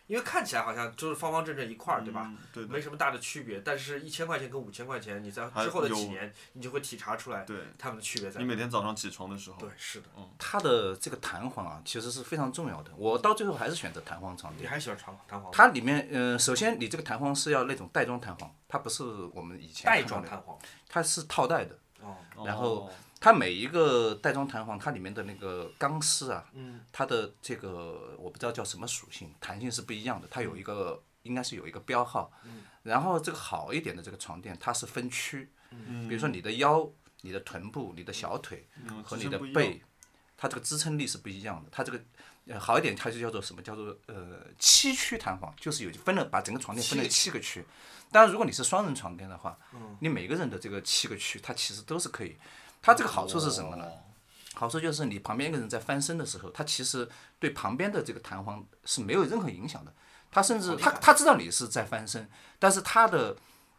C: 因为看起来好像就是方方正正一块儿，对吧？
B: 嗯？对
C: 没
B: 对
C: 什么大的区别，但是一千块钱跟五千块钱，你在
B: 还
C: 之后的
B: 有
C: 几年，你就会体察出来
B: 对，
C: 它们的区别在
B: 你
C: 哪。
B: 每天早上起床的时候，
C: 对，是的，
D: 它的这个弹簧啊，其实是非常重要的。我到最后还是选择弹簧床
C: 你
D: 垫。
C: 还喜欢弹簧弹簧吗？
D: 它里面，嗯、首先你这个弹簧是要那种袋装弹簧，它不是我们以前
C: 带
D: 看到
C: 状
D: 的
C: 弹簧，
D: 它是套带的。
C: 哦，
D: 然后
B: 哦
D: 它每一个袋装弹簧，它里面的那个钢丝啊，
C: 嗯
D: 它的这个我不知道叫什么属性，弹性是不一样的。它有一个应该是有一个标号，
C: 嗯
D: 然后这个好一点的这个床垫，它是分区，
C: 嗯
D: 比如说你的腰、你的臀部、你的小腿
B: 嗯
D: 和
B: 支
D: 你
B: 撑
D: 的
B: 不一样
D: 背，它这个支撑力是不一样的。它这个呃好一点，它就叫做什么？叫做呃七区弹簧，就是有分了把整个床垫分了七个区。当然，如果你是双人床垫的话，
B: 嗯
D: 你每个人的这个七个区，它其实都是可以。它这个好处是什么呢？
B: 哦
D: 好处就是你旁边一个人在翻身的时候，他其实对旁边的这个弹簧是没有任何影响的。他甚至他他知道你是在翻身，但是他的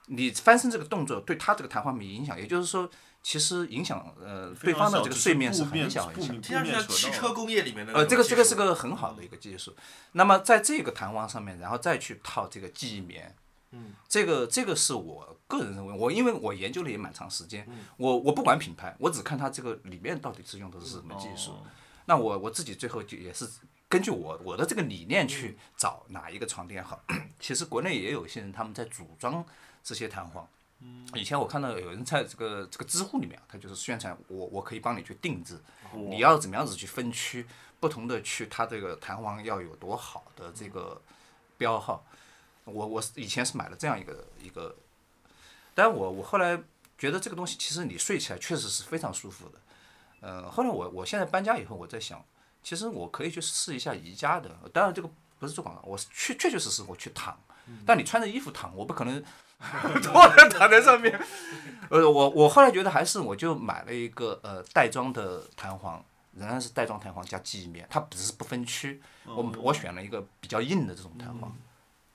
D: 你翻身这个动作对他这个弹簧没影响，也就是说，其实影响呃对
B: 非常
D: 方的
B: 小
D: 这个
B: 只
D: 睡眠是
B: 布面
D: 很小很
B: 布
D: 小。
B: 面
C: 听上去像汽
B: 扯到嗯
C: 车
B: 了
C: 工业里面的那
D: 呃，
C: 种
D: 这
C: 技术。
D: 个这个是个很好的一个技术。那么在这个弹簧上面，然后再去套这个记忆棉，嗯，这个这个是我个人认为，我因为我研究了也蛮长时间，我我不管品牌，我只看它这个里面到底是用的是什么技术。那我我自己最后就也是根据我我的这个理念去找哪一个床垫好。 <clears throat> 其实国内也有一些人他们在组装这些弹簧。以前我看到有人在这个这个知乎里面啊，他就是宣传我我可以帮你去定制，你要怎么样子去分区，不同的区它这个弹簧要有多好的这个标号。我我是以前是买了这样一个一个，但我我后来觉得这个东西其实你睡起来确实是非常舒服的。呃，后来我我现在搬家以后，我在想，其实我可以去试一下宜家的，当然这个不是做广告，我是确确确实实我去躺，但你穿着衣服躺，我不可能脱着躺在上面。 <laughs> 呃，我我后来觉得还是我就买了一个呃袋装的弹簧，仍然是袋装弹簧加记忆棉，它只是不分区。
B: 哦
D: 我我选了一个比较硬的这种弹簧，
B: 嗯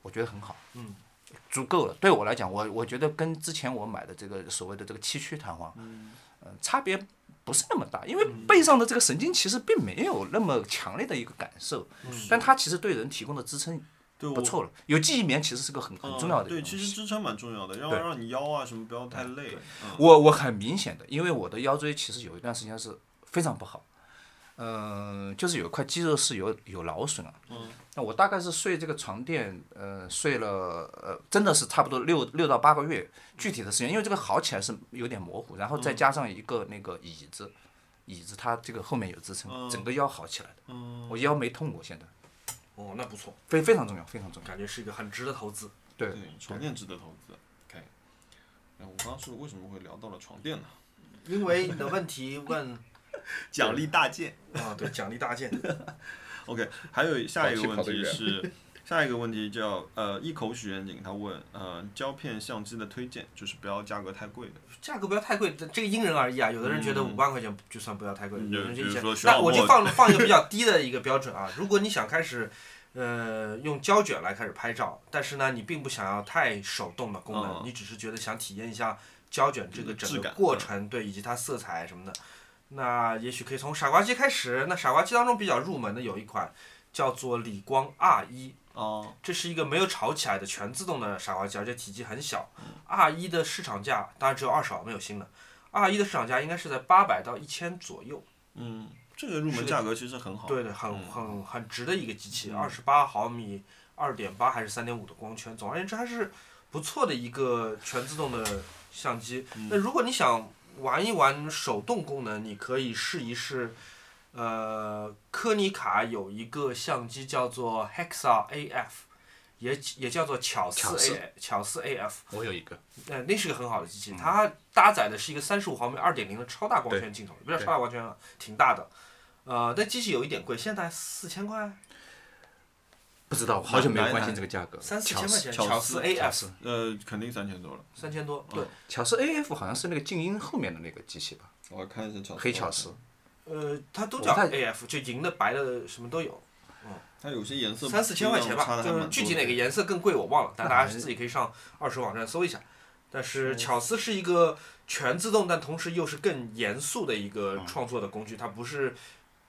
D: 我觉得很好，
C: 嗯，
D: 足够了。对我来讲，我我觉得跟之前我买的这个所谓的这个七区弹簧，
B: 嗯
D: 呃，差别不是那么大，因为背上的这个神经其实并没有那么强烈的一个感受，但它其实对人提供的支撑
B: 嗯对
D: 不
B: 我
D: 错了。有记忆棉其实是个很很重要的一
B: 嗯
D: 个
B: 对，
D: 东西。
B: 其实支撑蛮重要的，要
D: 对
B: 让你腰啊什么不要太累。嗯
D: 我我很明显的，因为我的腰椎其实有一段时间是非常不好，嗯、就是有一块肌肉是有有劳损了、
B: 嗯
D: 那我大概是睡这个床垫，呃，睡了呃，真的是差不多六六到八个月，具体的时间，因为这个好起来是有点模糊，然后
C: 嗯
D: 再加上一个那个椅子，椅子它这个后面有支
C: 嗯
D: 撑，整个腰好起来的，
B: 嗯，
D: 我腰没痛过，现在
C: 哦，那不错，
D: 非非常重要，非常重要，
C: 感觉是一个很值得投资。
D: 对。
B: 对，床垫值得投资。OK，哎，我刚刚是为什么会聊到了床
C: <laughs>
B: 垫呢？
C: 因为你的问题问
B: 奖励大件。
C: <laughs> 啊，对，奖励大件，
B: OK，还
C: <laughs>
B: 有下一个问
D: 跑得
B: 题
D: 远
B: 是，下一个问题叫呃一口许愿景，他问呃胶片相机的推荐，就是不要价格太贵的。
C: 价格不要太贵，这这个因人而异啊。有的人觉得
B: 嗯
C: 五万块钱就算不要太贵，
B: 嗯
C: 有的人就一
B: 比
C: 千
B: 如说。徐
C: 那
B: 小
C: 我就
B: 莫
C: 放放一个
B: <laughs>
C: 比较低的一个标准啊。如果你想开始，呃，用胶卷来开始拍照，但是呢，你并不想要太手动的功能，
B: 嗯
C: 你只是觉得想体验一下胶卷这个
B: 质
C: 整个
B: 感
C: 过程，对，以及它色彩什么的。那也许可以从傻瓜机开始。那傻瓜机当中比较入门的有一款叫做理光 R 一，
B: 哦，
C: 这是一个没有炒起来的全自动的傻瓜机，而且体积很小。R 一的市场价当然只有二手，没有新的。R 一的市场价应该是在八百到一千左右，
B: 嗯，这个入
C: 是
B: 门
C: 的
B: 价格其实很好。嗯
C: 对的，很很很值的一个机器，二十八毫米、二点八还是三点五的光圈，总而言之还是不错的一个全自动的相机。那如果你想玩一玩手动功能，你可以试一试。呃，柯尼卡有一个相机叫做 Hexa AF，也也叫做巧
D: 巧
C: 思
D: 思
C: A 巧思 AF，
D: 我有一个，
C: 呃，那是个很好的机器，它搭载的是一个三十五毫米二点零的超大光圈镜头，不叫超大光圈啊，挺大的。呃，但机器有一点贵，现在四千块，
D: 不知道，我好久没有
B: 哪一
D: 关心
B: 台
D: 这个价格。
C: 三四
D: 巧
C: 千块
D: 思
C: 钱，
B: 巧
C: 巧
B: 思
C: 思 AF
D: 思
B: 呃，肯定三千多了。
C: 三千多，对，
D: 巧思 AF 好像是那个静音后面的那个机器吧？
B: 我看一下巧
D: 黑巧思，
C: 呃，它都叫
D: 我看
C: AF，就银的、白的，什么都有，
B: 它有些颜色
C: 三四千
D: 嗯
C: 块钱吧，就是具体哪个颜色更贵我忘了，但大家自己可以上二手网站搜一下。但是巧思是一个全自动，但同时又是更严肃的一
D: 嗯
C: 个创作的工具，它不是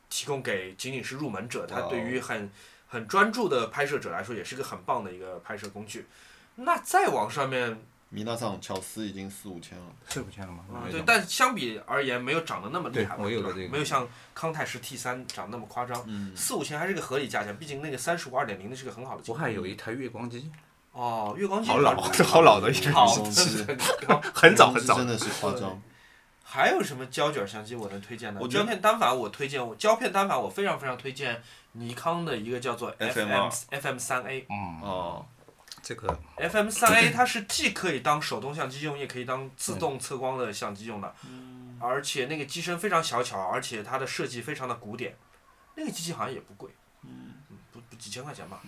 C: 提供给仅仅是入门者，它
B: 哇哦
C: 对于很很专注的拍摄者来说，也是个很棒的一个拍摄工具。那再往上面，
B: 米娜桑巧思已经四五千了，
D: 是不见了吗？
C: 嗯
B: 没
C: 对
B: 懂，
C: 但相比而言，没有涨得那么厉
D: 对
C: 害吧，
D: 我有
C: 对
D: 个
C: 吧
D: 这个
C: 没有像康泰时 T 三涨那么夸张，
B: 嗯，
C: 四五千还是个合理价钱，毕竟那个三十五二点零的是个很好的镜
D: 我
C: 头。
D: 还有一台月光机，
C: 哦，月光机
D: 好老， <laughs> 好老的一个，
C: 好
B: 东
D: <laughs>
B: 西
C: 真的很高
D: 很早很
B: 这
D: 早
B: 真。的是夸张。
C: 还有什么胶卷相机我能推荐的？
B: 我觉得
C: 胶片单反我推荐，我胶片单反我非常非常推荐尼康的一个叫做
B: FM2
C: FM 三 A。
D: 嗯，
B: 哦，
D: 这个
C: FM 三 A 它是既可以当手动相机用，也可以当自动测光的相机用的，而且那个机身非常小巧，而且它的设计非常的古典。那个机器好像也不贵，嗯，不不几千块钱吧。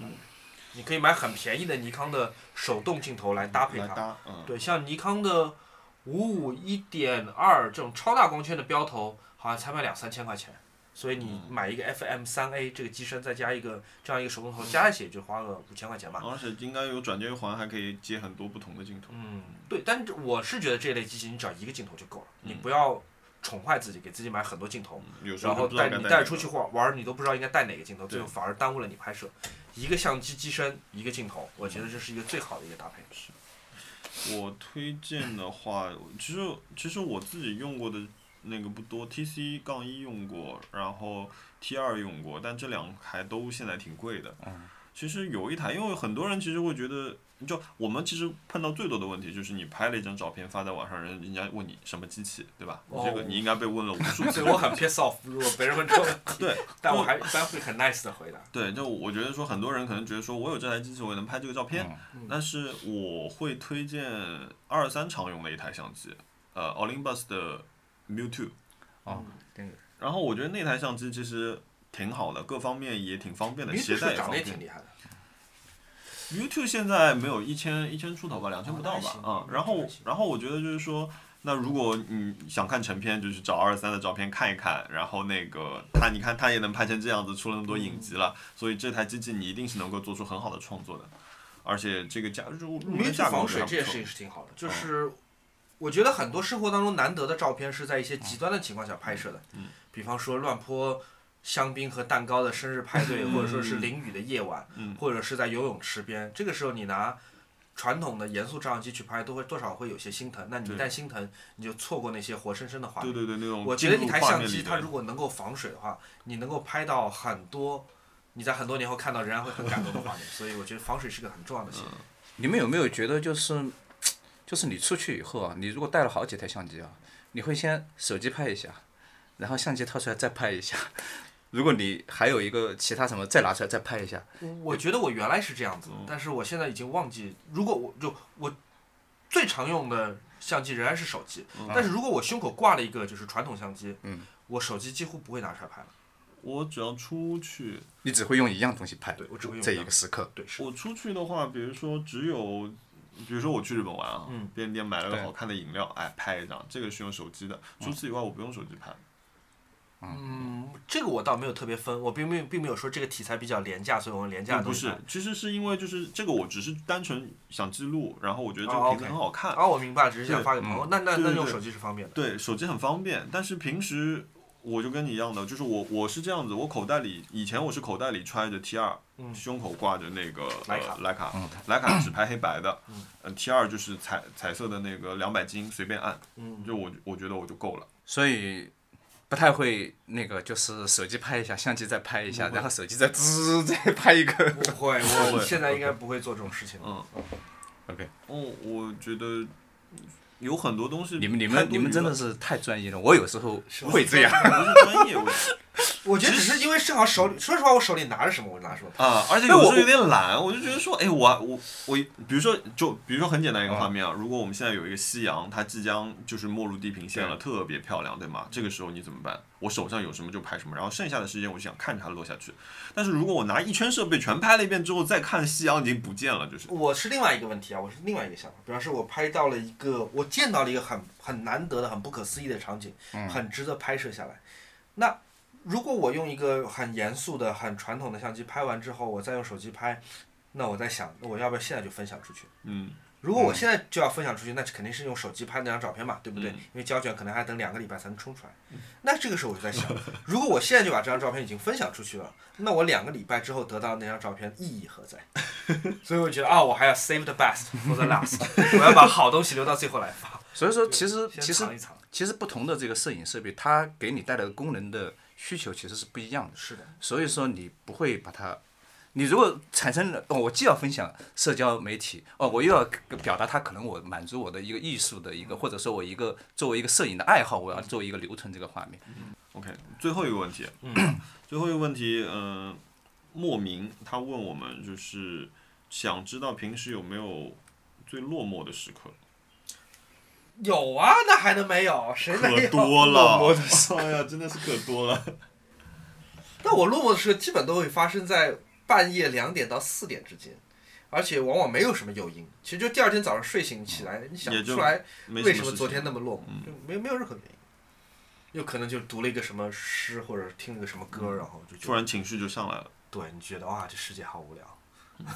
C: 你可以买很便宜的尼康的手动镜头来搭配
B: 来
C: 它，
B: 搭，嗯，
C: 对，像尼康的五五一点二这种超大光圈的标头，好像才卖两三千块钱，所以你买一个 FM 三 A 这个机身，再加一个这样一个手动头，加一起也就花个五千块钱吧。
B: 而且应该有转接环，还可以接很多不同的镜头。
C: 嗯，对，但是我是觉得这类机器你只要一个镜头就够了，你不要宠坏自己，给自己买很多镜头，
B: 有时
C: 然
B: 候
C: 后
B: 都不知道
C: 带
B: 该
C: 你
B: 带
C: 带
B: 哪
C: 出
B: 个
C: 去玩玩，你都不知道应该带哪个镜头，最后
B: 对
C: 反而耽误了你拍摄。一个相机机身，一个镜头，我觉得这是一个最好的一个搭配。
B: 我推荐的话，其实其实我自己用过的那个不多，T C 杠一用过，然后 T 二用过，但这两台都现在挺贵的。
D: 嗯
B: 其实有一台，因为很多人其实会觉得，就我们其实碰到最多的问题就是你拍了一张照片发在网上，人人家问你什么机器，对吧？你这个
C: 哦
B: 你应该被问了无数次
C: <laughs> 所以。我很 piss off，如果别人问这个问题，
B: 对，
C: 但我还一般会很 nice 的回 <laughs> 答。
B: 对，就我觉得说，很多人可能觉得说我有这台机器，我也能拍这个照片，
C: 嗯
B: 但是我会推荐二三常用的一台相机，呃，Olympus 的 Mu Two。
D: 哦，
B: 然后我觉得那台相机其实挺好的，各方面也挺方便的，
C: 女
B: 携
C: 子
B: 带也
C: 长
B: 方
C: 得也
B: 便
C: 挺。厉害的，
B: YouTube 现在没有一千一千出头吧，两千不到
C: 那还
B: 吧，啊、
C: 行
B: 然
C: 哦那
B: 后
C: 还行
B: 然后我觉得就是说，那如果你嗯想看成片，就是找二三的照片看一看，然后那个他，你看他也能拍成这样子，出了那么多影集
C: 嗯
B: 了，所以这台机器你一定是能够做出很好的创作的，而且这个价入入门
C: 女子
B: 价格
C: 防
B: 我觉
C: 水
B: 得
C: 这件
B: 还不错
C: 事情是挺
B: 嗯
C: 好的，就是我觉得很多生活当中难得的照片是在一些极端的情况下拍摄的，
B: 嗯
C: 比方说乱泼香槟和蛋糕的生日派对，或者说是淋雨的夜晚，
B: 嗯
C: 或者是在游泳池边，这个时候你拿。传统的严肃照相机去拍，都会多少会有些心疼。那你一旦
B: 对
C: 心疼，你就错过那些活生生的画面
B: 对。对对，那种
C: 我觉得一
B: 进入
C: 台
B: 画
C: 相
B: 面
C: 机，
B: 里
C: 它
B: 的
C: 如果能够防水的话，你能够拍到很多，你在很多年后看到仍然会很感动的画面。所以我觉得防水是个很重要的事情。
D: 你们有没有觉得就是，就是你出去以后啊，你如果带了好几台相机啊，你会先手机拍一下，然后相机掏出来再拍一下， <laughs> 如果你还有一个其他什么再拿出来再拍一下，
B: 嗯
C: 我觉得我原来是这样子的，但是我现在已经忘记。如果我就我最常用的相机仍然是手机，
B: 嗯
C: 但是如果我胸口挂了一个就是传统相机，
D: 嗯
C: 我手机几乎不会拿出来拍了。
B: 我只要出去，
D: 你只会用一样东西拍
C: 对，我只会用
D: 这
C: 样
D: 一个时刻。
C: 对是。
B: 我出去的话，比如说只有，比如说我去日本玩啊，
C: 嗯
B: 便利店买了个
D: 对
B: 好看的饮料，哎，拍一张，这个是用手机的。除此以外，我不用手机拍。
C: 嗯，这个我倒没有特别分，我并没有并没有说这个题材比较廉价，所以我用廉价
B: 也嗯
C: 的
B: 不
C: 东西
B: 是
C: 拍。，
B: 其实是因为就是这个，我只是单纯想记录，然后我觉得这
C: 哦
B: 个
C: ，OK
B: 瓶子很好看。
C: 啊，我明白，只是想发给朋友。那那
B: 对
C: 那
B: 对
C: 用
B: 对
C: 手机是方便的。
B: 对，手机很方便，但是平时我就跟你一样的，就是我我是这样子，我口袋里以前我是口袋里揣着 T 二、胸口挂着那个
C: 嗯徕卡
B: 呃徕卡，徕卡只拍黑白的，嗯，T 二就是彩彩色的那个两百斤随便按，
C: 嗯
B: 就我我觉得我就够了。
D: 所以不太会那个，就是手机拍一下，相机再拍一下，然后手机再滋再拍一个。
C: 不会，
B: 不
C: 我
B: 会
C: 现在应该不会做这种事情了。
B: 嗯，
D: OK，
B: 哦，我觉得有很多东西
D: <laughs> 你们你
B: 太
D: 们
B: 多
D: 你
B: 余
D: 们真的
B: 了
D: 是太专业了，我有时候会这样。
B: <laughs>
C: <laughs>
B: 不是专业我
C: 我觉得只是因为正好手里，说实话，我手里拿着什么我拿什么。
B: 啊，而且
D: 那
B: 有时
D: 我
B: 候有点懒，我就觉得说，哎，我我我，比如说就比如说很简单一个画面啊，如果我们现在有一个夕阳，它即将就是没入地平线了，特别漂亮，对吗？这个时候你怎么办？我手上有什么就拍什么，然后剩下的时间我就想看着它落下去。但是如果我拿一圈设备全拍了一遍之后再看夕阳已经不见了，就是
C: 我是另外一个问题啊，我是另外一个想法。比方说，我拍到了一个，我见到了一个很很难得的、很不可思议的场景，
B: 嗯
C: 很值得拍摄下来。那如果我用一个很严肃的、很传统的相机拍完之后，我再用手机拍，那我在想，我要不要现在就分享出去？
B: 嗯，
C: 如果我现在就要分享出去，那肯定是用手机拍那张照片嘛，对不对？
B: 嗯
C: 因为胶卷可能还等两个礼拜才能冲出来。那这个时候我就
B: <laughs>
C: 在想，如果我现在就把这张照片已经分享出去了，那我两个礼拜之后得到那张照片意义何
B: <laughs>
C: 在？所以我觉得啊、我还要 save the best for
B: <laughs>
C: the last，我要把好东西留到最后来发。
D: 所以说，其实
C: 先
D: 其实
C: 藏一藏。
D: 其实不同的这个摄影设备，它给你带来的功能的需求其实是不一样的。
C: 是的，
D: 所以说你不会把它，你如果产生了，哦，我既要分享社交媒体，哦，我又要表达它，可能我满足我的一个艺术的一个，或者说我一个作为一个摄影的爱好，我要作为一个留存这个画面。
B: OK，最后一个问题， <clears throat> 最后一个问题，嗯、莫名他问我们就是想知道平时有没有最落寞的时刻，
C: 有啊，那还能没有？谁没
B: 可
C: 有？
B: 多了，
C: <laughs> 落寞的
B: 哎呀，真的是可多
C: <laughs>
B: 了。
C: 但我落寞的时候基本都会发生在半夜两点到四点之间，而且往往没有什么诱因。其实就第二天早上睡醒起来，你想
B: 嗯也
C: 不
B: 就
C: 出来
B: 没
C: 为
B: 什
C: 什么
B: 事
C: 昨
B: 情嗯
C: 天那么落寞，就没没有任何原因。有可能就读了一个什么诗，或者听了个什么歌，然后就觉
B: 嗯突
C: 得
B: 然情绪就上来了？ <laughs>
C: 对你觉得哇，这世界好无聊。 <laughs>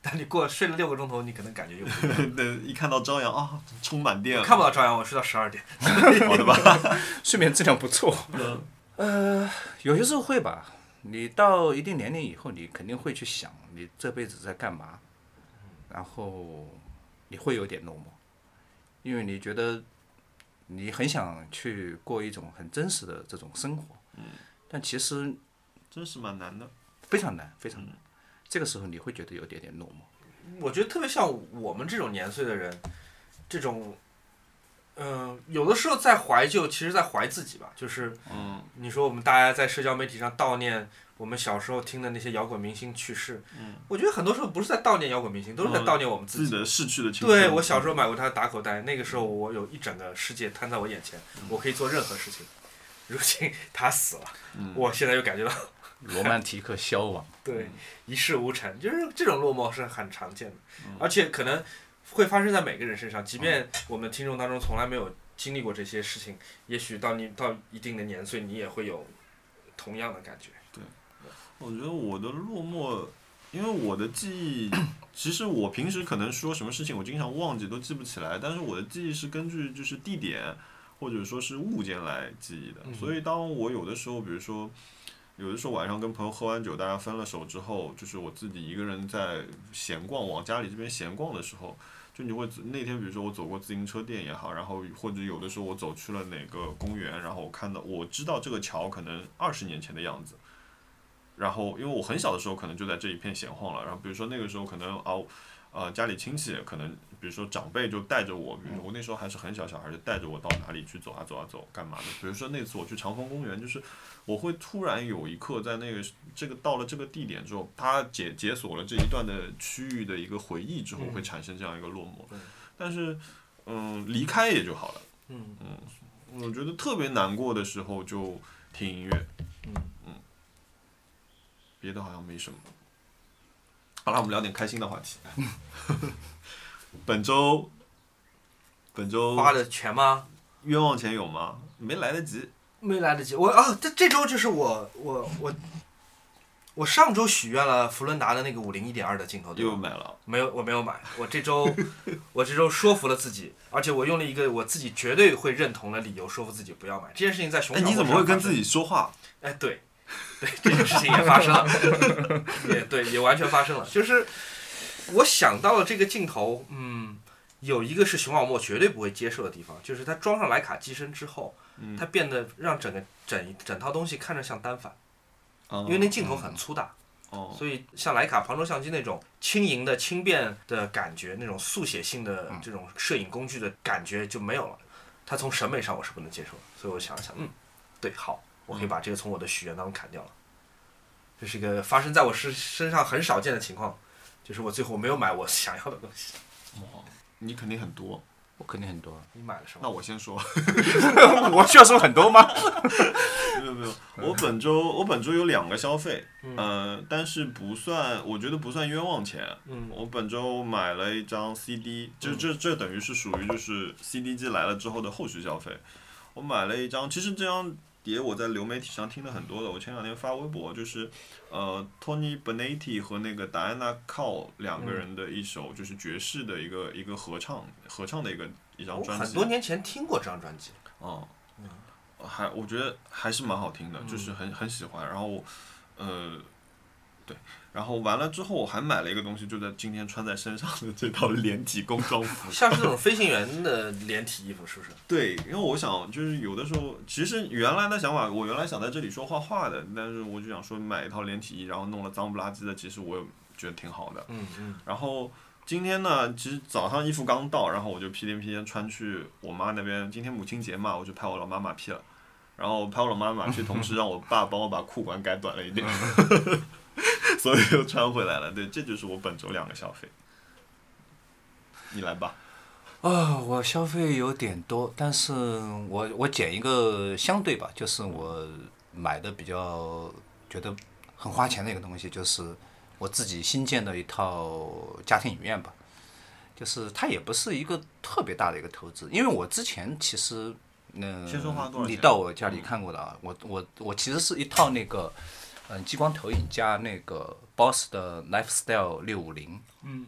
C: 但你过睡了六个钟头，你可能感觉
B: <laughs>
C: 又不一样
B: 那一看到朝阳啊，充满电了，
C: 看不到朝阳，我睡到十二点。
B: 好的
C: <laughs>
B: 吧？
D: 睡眠质量不错。呃，有些时候会吧。你到一定年龄以后，你肯定会去想你这辈子在干嘛，然后你会有点落寞，因为你觉得你很想去过一种很真实的这种生活，但其实
B: 真是蛮难的。
D: 非常难，非常难。这个时候你会觉得有点点落寞。
C: 我觉得特别像我们这种年岁的人，这种，嗯、有的时候在怀旧，其实在怀自己吧。就是
B: 嗯，
C: 你说我们大家在社交媒体上悼念我们小时候听的那些摇滚明星去世，
B: 嗯
C: 我觉得很多时候不是在悼念摇滚明星，都是在
B: 嗯
C: 悼念我们
B: 自
C: 己
B: 己。的逝去的青春。
C: 对我小时候买过他的打口袋，那个时候我有一整个世界摊在我眼前，我可以做任何事情。如今 <laughs> 他死了，
B: 嗯
C: 我现在又感觉到
D: 罗曼蒂克消亡，
C: 对，一事无成，就是这种落寞是很常见的，而且可能会发生在每个人身上，即便我们听众当中从来没有经历过这些事情，也许到你到一定的年岁，你也会有同样的感觉。
B: 我觉得我的落寞，因为我的记忆，其实我平时可能说什么事情我经常忘记，都记不起来。但是我的记忆是根据就是地点或者说是物件来记忆的，
C: 嗯
B: 所以当我有的时候，比如说。有的时候晚上跟朋友喝完酒，大家分了手之后，就是我自己一个人在闲逛，往家里这边闲逛的时候，就你会那天，比如说我走过自行车店也好，然后或者有的时候我走去了哪个公园，然后我看到我知道这个桥可能二十年前的样子，然后因为我很小的时候可能就在这一片闲晃了，然后比如说那个时候可能啊，呃家里亲戚可能比如说长辈就带着我，比如说我那时候还是很小小孩，就带着我到哪里去走啊走啊走，干嘛的？比如说那次我去长风公园，就是我会突然有一刻在那个这个到了这个地点之后，它解解锁了这一段的区域的一个回忆之后，会产生这样一个落寞
C: 对。
B: 但是，嗯，离开也就好了。
C: 嗯
B: 我觉得特别难过的时候就听音乐，
C: 嗯
B: 别的好像没什么。好了，我们聊点开心的话题。 <laughs> 本周，本周
C: 花的全吗？
B: 冤枉钱有吗？没来得及。
C: 没来得及，我啊，这这周就是我我我我上周许愿了福伦达的那个五零一点二的镜头，哦对吧啊
B: 又买了，
C: 没有，我没有买。我这周， <laughs> 我这周说服了自己，而且我用了一个我自己绝对会认同的理由说服自己不要买这件事情。在熊
B: 哎，
C: 掌握
B: 你
C: 上
B: 怎么会
C: 发生
B: 跟自己？说话？
C: 哎，对，对，这个事情也发生了，也对，也完全发生了。就是我想到了这个镜头，嗯，有一个是熊小莫绝对不会接受的地方，就是它装上徕卡机身之后，
B: 嗯
C: 它变得让整个整一整套东西看着像单反，
B: 嗯
C: 因为那镜头很粗大。
B: 哦，
C: 所以像徕卡、旁轴相机那种轻盈的、轻便的感觉，那种速写性的这种摄影工具的感觉就没有了。它从审美上我是不能接受的，所以我想了想，嗯，对，好，我可以把这个从我的许愿当中砍掉了。这是一个发生在我身身上很少见的情况，就是我最后没有买我想要的东西。
B: 你肯定很多。
D: 我肯定很多。 <coughs>
C: 你买了什么？
B: 那我先说，
D: 我需要说很多吗？
B: <laughs> 没有没有，我本周我本周有两个消费，嗯、呃，但是不算，我觉得不算冤枉钱。
C: 嗯
B: 我本周买了一张 CD，就这这等于是属于就是 CD 机来了之后的后续消费。我买了一张，其实这张碟我在流媒体上听了很多的，我前两天发微博，就是呃，Tony Benetti 和那个 Diana Call 两个
C: 嗯
B: 人的一首就是爵士的一个一个合唱合唱的一个一张
C: 我啊
B: 专辑。
C: 哦很多年前听过这张专辑，。
B: 哦，还我觉得还是蛮好听的，就是很很喜欢。然后，呃，对，然后完了之后，我还买了一个东西，就在今天穿在身上的这套连体工装服 <laughs>
C: 像是这种飞行员的连体衣服，是不是？
B: 对，因为我想就是有的时候，其实原来的想法，我原来想在这里说画画的，但是我就想说买一套连体衣，然后弄了脏不拉几的，其实我也觉得挺好的。
C: 嗯嗯，
B: 然后今天呢，其实早上衣服刚到，然后我就屁颠屁颠穿去我妈那边。今天母亲节嘛，我就拍我老妈马屁了。然后拍我老妈马屁，同时让我爸帮我把裤管改短了一点， <laughs> 所以又穿回来了。对，这就是我本周两个消费。你来吧。
D: 啊、我消费有点多，但是我我捡一个相对吧，就是我买的比较觉得很花钱的一个东西，就是我自己新建的一套家庭影院吧。就是它也不是一个特别大的一个投资，因为我之前其实，嗯、
B: 先说花多少
D: 你
B: 钱
D: 到我家里看过的啊，我我我其实是一套那个，嗯、激光投影加那个 BOSS 的 Lifestyle 六五零，
B: 嗯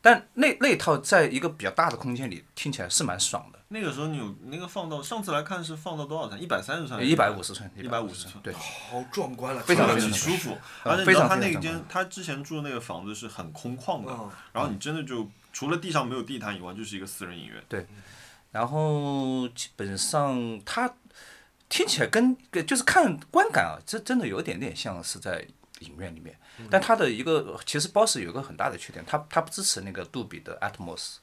D: 但那那套在一个比较大的空间里听起来是蛮爽的，
B: 那个时候你有那个放到上次来看是放到多少寸？一百三十寸？
D: 一百五十寸，
B: 一百五
D: 150
B: 十寸。
D: 对，
C: 好壮观啊了，
D: 非常
B: 很
D: 非常
B: 舒服，
D: 嗯
B: 而且你知道
D: 非常
B: 他
D: 非常
B: 那
D: 壮
B: 间
D: 观
B: 他之前住的那个房子是很空旷的
C: 嗯，
B: 然后你真的就除了地上没有地毯以外，就是一个私人影院。
D: 然后基本上它听起来跟跟就是看观感啊，这真的有点点像是在影院里面，但它的一个其实 BOSS 有一个很大的缺点，它它不支持那个杜比的 Atmos。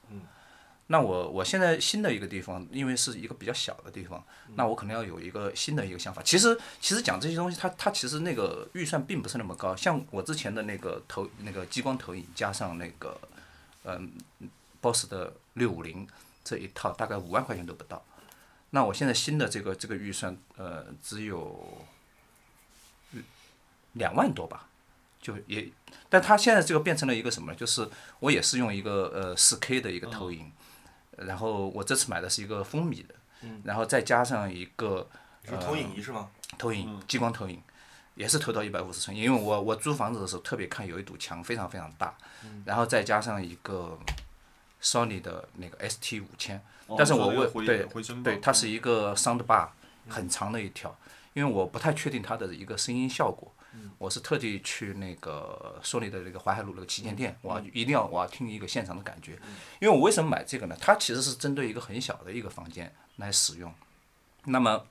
D: 那我我现在新的一个地方，因为是一个比较小的地方，那我可能要有一个新的一个想法。其实其实讲这些东西，它它其实那个预算并不是那么高。像我之前的那个投那个激光投影加上那个嗯 BOSS 的六五零这一套，大概五万块钱都不到。那我现在新的这个这个预算呃只有两万多吧，就也，但它现在这个变成了一个什么呢？就是我也是用一个呃四 K 的一个投影，然后我这次买的是一个风米的，然后再加上一个
C: 你说投影仪是吗？
D: 投
B: 嗯
D: 影激光投影，也是投到一百五十寸，因为我我租房子的时候特别看有一堵墙非常非常大，
B: 嗯
D: 然后再加上一个 Sony 的那个 ST 五千，
B: 哦
D: 但是我
B: 会
D: 问
B: 回
D: 对
B: 回声嗯
D: 对，
B: 棒
D: 它是一个 sound bar 很长的一条，因为我不太确定它的一个声音效果。
B: 嗯
D: 我是特地去那个索尼的那个淮海路那个旗舰店，
B: 嗯
D: 我要一定要我要听一个现场的感觉，因为我为什么买这个呢？它其实是针对一个很小的一个房间来使用。那么，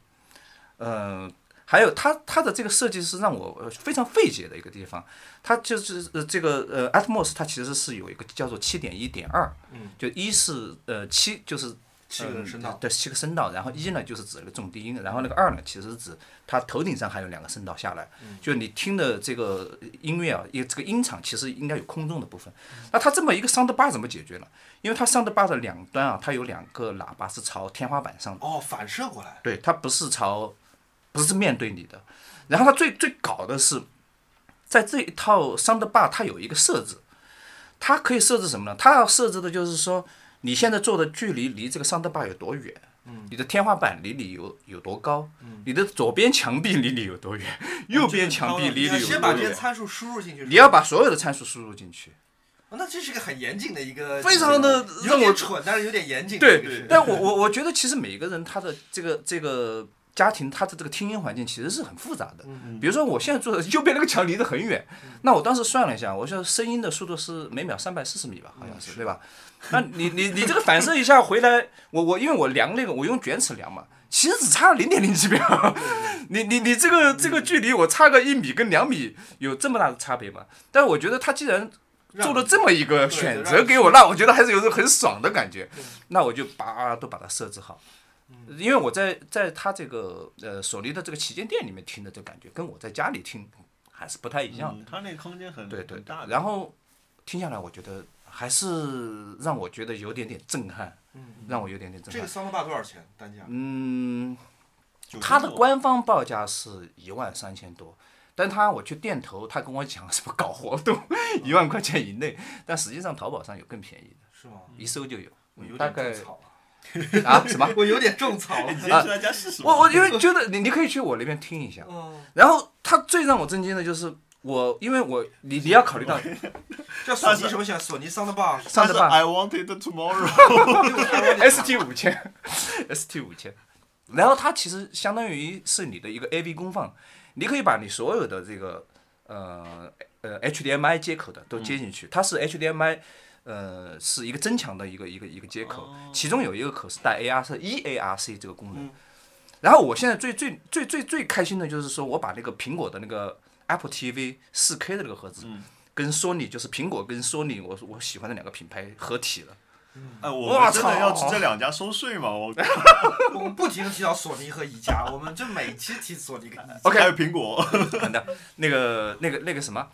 D: 呃，还有它它的这个设计是让我呃非常费解的一个地方，它就是呃这个呃 Atmos 它其实是有一个叫做七点一点二，就一是呃七就是
C: 嗯
D: 呃
C: 七个人声道嗯
D: 对，七个声道，然后一呢就是指那个重低音，然后那个二呢其实是指它头顶上还有两个声道下来，
C: 嗯
D: 就你听的这个音乐啊，也这个音场其实应该有空中的部分。那它这么一个 sound bar 怎么解决呢？因为它 sound bar 的两端啊，它有两个喇叭是朝天花板上的，
C: 哦，反射过来，
D: 对，它不是朝，不是面对你的。然后它最最搞的是，在这一套 sound bar 它有一个设置，它可以设置什么呢？它要设置的就是说，你现在坐的距离离这个 sound bar 有多远，
C: 嗯
D: 你的天花板离你有有多高，你的左边墙壁离你有多远，
C: 哦
D: 右边墙壁离你
C: 你要
D: 有
C: 先把
D: 多
C: 这些
D: 远。
C: 参数输入进去。
D: 你要把所有的参数输入进去，
C: 哦，那这是个很严谨的一个，
D: 非常的
C: 有
D: 让我
C: <laughs> 点蠢，但是有点严谨的一个事。
D: 对，但我我我觉得其实每个人他的这个这个家庭它的这个听音环境其实是很复杂的。比如说我现在坐的右边那个墙离得很远，那我当时算了一下，我说声音的速度是每秒三百四十米吧，好像是对吧？ <laughs> 那你你你这个反射一下回来，我我因为我量那个我用卷尺量嘛，其实只差零点零几秒。 <laughs> 你你你这个这个距离我差个一米跟两米有这么大的差别吗？但我觉得他既然做了这么一个选择给我，那我觉得还是有种很爽的感觉。那我就把都把它设置好，因为我在在他这个呃索尼的这个旗舰店里面听的这感觉，跟我在家里听还是不太一样的。
B: 嗯，它那个空间很
D: 对对
B: 很大
D: 对，
B: 的，
D: 然后听下来，我觉得还是让我觉得有点点震撼，让我有点点震
C: 这个
D: 撼。
C: 桑德坝多少钱单价？
D: 嗯，
B: 九
D: 它的
B: 十九
D: 官方报价是一万三千多，但他我去店头，他跟我讲什么搞活动， <laughs> 一万块钱以内，但实际上淘宝上有更便宜的，
C: 是吗？
D: 一搜就有，
C: 我有
D: 嗯大
C: 点
D: 概 <laughs>
C: 种草了，
D: 啊什么？ <laughs>
C: 我有点种草了
B: 你。直接去他家试试吧。
D: 我我因为觉得你你可以去我那边听一下，
C: 嗯，
D: 然后他最让我震惊的就是我，因为我你你要考虑到
C: 叫索尼什么选？索尼桑德坝。
D: 上
B: 它
D: 次
B: 是
D: 吧
B: I wanted
D: <laughs>
B: tomorrow，
D: ST 五千，ST 五千，然后它其实相当于是你的一个 AV 功放，你可以把你所有的这个呃呃 HDMI 接口的都接进去，它是 HDMI。呃，是一个增强的一个一个一个接口，其中有一个口是带 ARC EARC 这个功能。然后我现在最最最最最开心的就是说，我把那个苹果的那个 Apple TV 4K 的那个盒子，跟索尼就是苹果跟索尼，我我喜欢的两个品牌合体了。
B: 哎，我
D: 哇
B: 们真的要
D: 操
B: 这两家收税
D: <laughs>
B: 吗？我
C: 我们不停的提到索尼和宜家，我们就每期提索尼跟宜家。
D: OK
B: 还有苹
D: <laughs>
B: 果，
D: 等等，那个那个那个什么，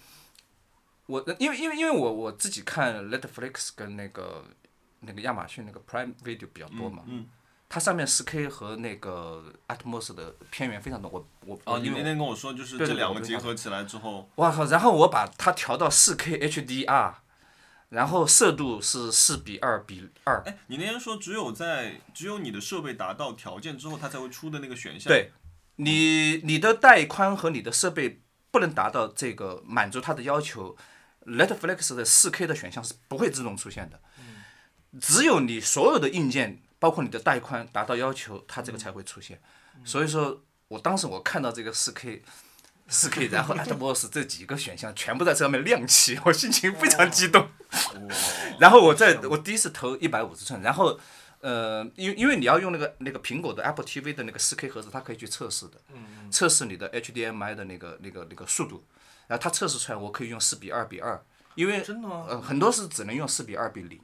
D: 我因为因为因为我我自己看 Netflix 跟那个那个亚马逊那个 Prime Video 比较多嘛，
B: 嗯，
D: 它上面 4K 和那个 Atmos 的片源非常多，我我
B: 哦，你
D: 因
B: 那
D: 为
B: 天跟我说，就是
D: 对
B: 这
D: 对对
B: 两
D: 我
B: 个
D: 就
B: 结
D: 想
B: 合起来之后，
D: 我靠，然后我把它调到 4K HDR，然后色度是4比2比2，
B: 哎，你那天说只有在只有你的设备达到条件之后，它才会出的那个选项。
D: 对，你你的带宽和你的设备不能达到这个满足它的要求，Netflix 的 4K 的选项是不会自动出现的，只有你所有的硬件，包括你的带宽达到要求，它这个才会出现。所以说我当时我看到这个 4K。4K，然后 Atmos 这几个选项全部在上面亮起，我心情非常激动。 <laughs> 然后我在我第一次投一百五十寸，然后呃，因为因为你要用那个那个苹果的 Apple TV 的那个 4K 盒子，它可以去测试的，
C: 嗯
D: 测试你的 HDMI 的那个那个那个速度，然后它测试出来我可以用四比二比二，因为
C: 真的吗嗯
D: 呃，很多是只能用四比二比零，